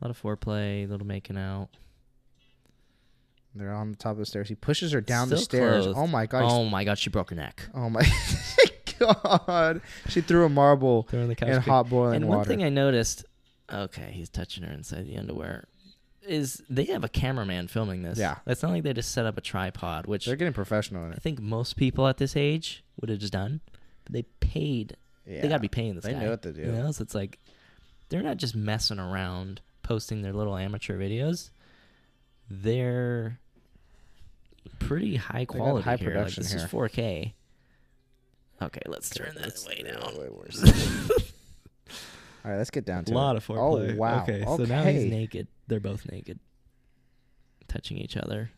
A lot of foreplay, a little making out. They're on the top of the stairs. He pushes her down the Still stairs. clothed. Oh my god. he's- Oh my god, she broke her neck. Oh, my god. She threw a marble They're on the couch in pic- hot boiling and water. one thing I noticed, okay, he's touching her inside the underwear. Is they have a cameraman filming this? Yeah. it's not like they just set up a tripod, which They're getting professional I in it. think most people at this age would have just done. But they paid. Yeah. They gotta be paying this They guy. know what to do. You know, so it's like they're not just messing around posting their little amateur videos. They're pretty high got quality high here. production like, this here. is 4K. Okay, let's turn that way down. Way worse. All right, let's get down to A lot it. of foreplay. Oh wow. Okay, so now he's Okay. naked. They're both naked, touching each other.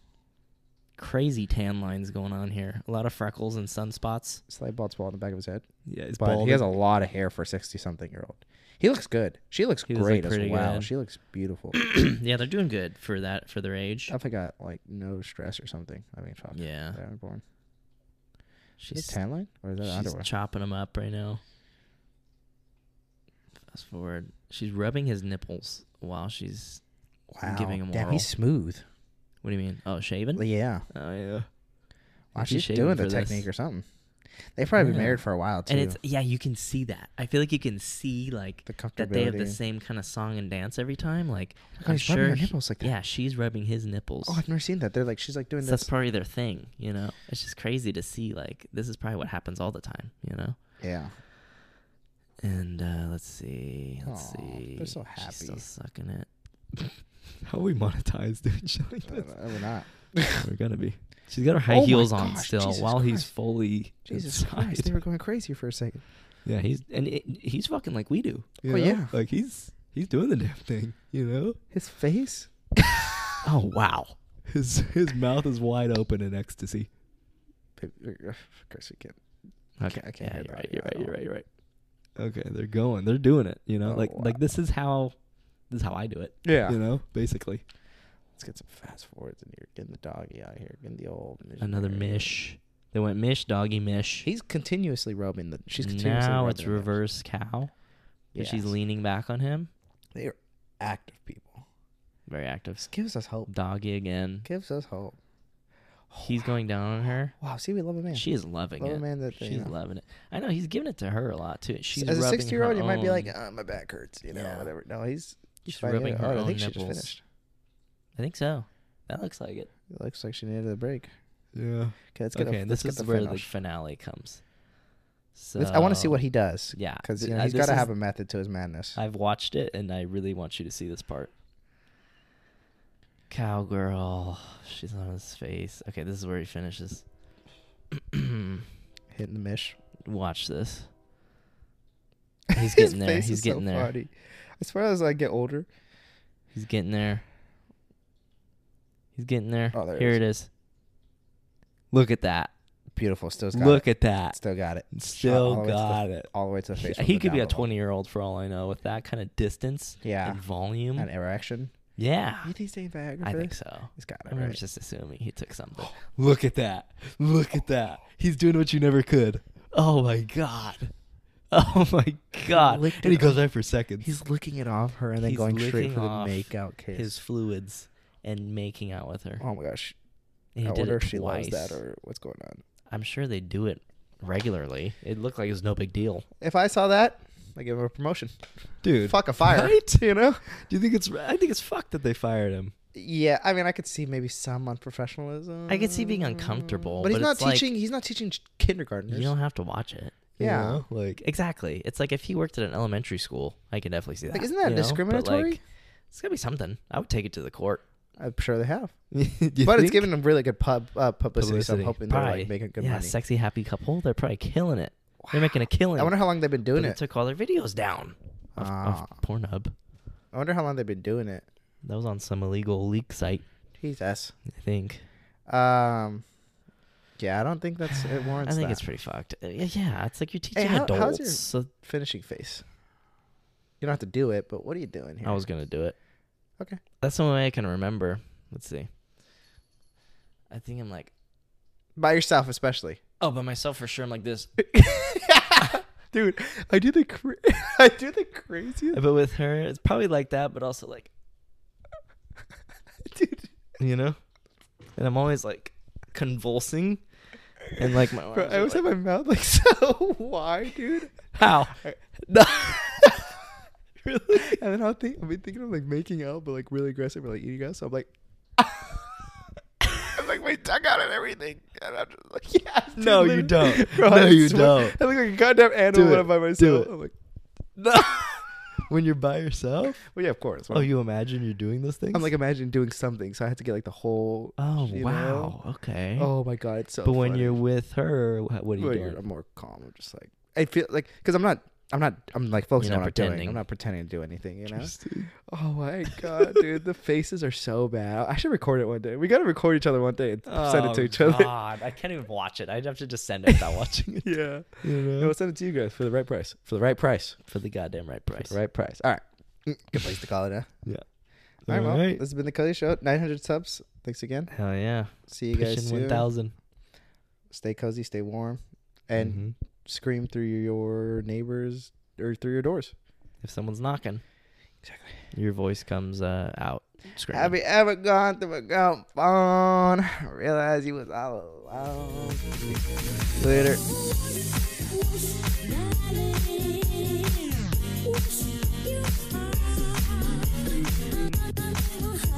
Crazy tan lines going on here. A lot of freckles and sunspots. Slight bald spot on the back of his head, Yeah, it's but he has a lot of hair for a sixty-something year old. He looks good. She looks He was, like, great as pretty well. good. She looks beautiful. yeah, they're doing good for that for their age. I think I got like no stress or something. I mean, chopped. Yeah, They were born. Is she's this tan line or is that she's underwear? chopping him up right now. Fast forward. She's rubbing his nipples while she's. wow. giving him Damn, oral. he's smooth. What do you mean? Oh, shaven. Yeah. Oh yeah. Wow, He's she's shaving doing the for this. technique or something. They've probably been Yeah. married for a while too. And it's yeah, you can see that. I feel like you can see like the that they have the comfortability. same kind of song and dance every time. Like God, I'm he's rubbing her sure he- nipples like that. Yeah, she's rubbing his nipples. Oh, I've never seen that. They're like she's like doing So that's this. probably their thing, you know. It's just crazy to see. Like this is probably what happens all the time, you know. yeah. And uh, let's see, let's Aw, see. they're so She's still happy. sucking it. How are we monetized doing shit like Uh, we're not. We're gonna be. She's got her high Oh my heels on gosh, still Jesus while he's Christ. fully Jesus inside. Christ, they were going crazy for a second. Yeah, he's and it, he's fucking like we do. you Oh, yeah. like he's he's doing the damn thing. You know, His face. Oh wow. His his mouth is wide open in ecstasy. Of course we can. Okay. I can't yeah, hear you're the right, audio you're right, at you're right, you're right. Okay, they're going. They're doing it, you know? Oh, like like wow. this is how this is how I do it. Yeah. You know, basically. Let's get some fast forwards in here. Getting the doggy out here. Getting the old. Another missionary. mish. They went mish, doggy mish. He's continuously rubbing the. She's continuously. now rubbing it's her nipples. reverse cow. but She's Yes. leaning back on him. They are active people. Very active. This gives us hope. Doggy again. Gives us hope. He's going down on her. Wow. See, we love a man. She is loving Love a it. man that, you She's know. loving it. I know he's giving it to her a lot too. She's As a rubbing her sixty-year-old, you might be like, own- uh my back hurts. You know, Yeah. whatever. No, he's. he's She's fighting it rubbing her hard. I own think she just nipples. finished. I think so. That looks like it. It looks like she needed a break. Yeah. Okay, let's get Okay, a, this is let's get the where finish. the finale comes. So Let's- I want to see what he does. Yeah, because th- you know, I- he's this got to is- have a method to his madness. I've watched it, and I really want you to see this part. Cowgirl, she's on his face. Okay, this is where he finishes. hitting the mish. Watch this. He's getting there. He's getting there. Funny. I swear as I get older, He's getting there. He's getting there. Oh, there it Here is. it is. Look at that. beautiful. Still got Look it. at that. Still got it. Still all the way to the- got it. All the way to the face. He, with he the could be a down low. 20 year old for all I know with that kind of distance Yeah. and volume. An erection. yeah. You think he's taking Viagra? I for think this? so. He's got it. I'm Right? Oh, just assuming he took something. Look at that. Look at that. He's doing what you never could. Oh my God. Oh my God. licked And he it goes out for seconds. He's licking it off her and then He's going straight licking for the off makeout kiss. His fluids and making out with her. oh my gosh. And he I did wonder it if she loves that twice. or what's going on. I'm sure they do it regularly. It looked like it was no big deal. If I saw that, I give him a promotion. Dude. Fuck a fire. Right? You know? Do you think it's I think it's fucked that they fired him. Yeah, I mean, I could see maybe some unprofessionalism. I could see being uncomfortable, but, he's but not it's like- teaching. he's not teaching kindergartners. You don't have to watch it. you Yeah. know? Like exactly. It's like if he worked at an elementary school, I can definitely see that. Like, isn't that you know? But, discriminatory? like, it's gotta be something. I would take it to the court. I'm sure they have, but but it's giving them really good pub uh, publicity, So I'm hoping they're like making good yeah, money. sexy happy couple. They're probably killing it. They're making a killing. I wonder how long they've been but doing they it. took all their videos down off, off Ah. Pornhub. I wonder how long they've been doing it. That was on some illegal leak site, Jesus. I think. Um. Yeah, I don't think that's it warrants. I think that. it's pretty fucked. Uh, Yeah, it's like you're teaching how- how's adults. your- so finishing face. You don't have to do it, but what are you doing here? I was gonna do it. Okay. That's the only way I can remember. Let's see. I think I'm like, by yourself, especially. oh, by myself for sure. I'm like this, Dude, I do the cra- I do the craziest. but with her, it's probably like that, but also like, Dude, you know, and I'm always like convulsing, and like my arms. Bro, I are, always like, have my mouth like so wide, dude. how? No. really? And then I'll think I've been thinking of like making out, but like really aggressive, or like eating out. So I'm like, I'm like my tongue out and everything. And I'm just like, yeah. dude, No, you literally. don't. Bro, No, I you swear- don't. I look like a goddamn animal Do when it. I'm by myself. Do it. I'm like, No. when you're by yourself? well, yeah, of course. Oh, you imagine you're doing those things? I'm like imagining doing something, so I had to get like the whole. oh you know? wow, okay. Oh my god, it's so. but when funny. you're with her, wha- what are you Well, doing? you're- I'm more calm. I'm just like I feel like because I'm not. I'm not. I'm like focusing You're on not what I'm doing. pretending. I'm not pretending to do anything. You know. Interesting. Oh my god, dude, the faces are so bad. I should record it one day. We gotta record each other one day and send it to Oh, each other. God, I can't even watch it. I'd have to just send it without watching it. Yeah. You know? No, we'll send it to you guys for the right price. For the right price. For the goddamn right price. For the right price. All right. Good place to call it. Huh? Yeah. All right, well, this has been the Cody Show. 900 subs. Thanks again. Hell yeah. See you guys Pushing soon. 1,000. Stay cozy. Stay warm. And Mhm. scream through your neighbors or through your doors. if someone's knocking, exactly. your voice comes uh, out. Screaming. Have you ever gone through a gum phone? Realize you was all alone. Later. Oops, you are.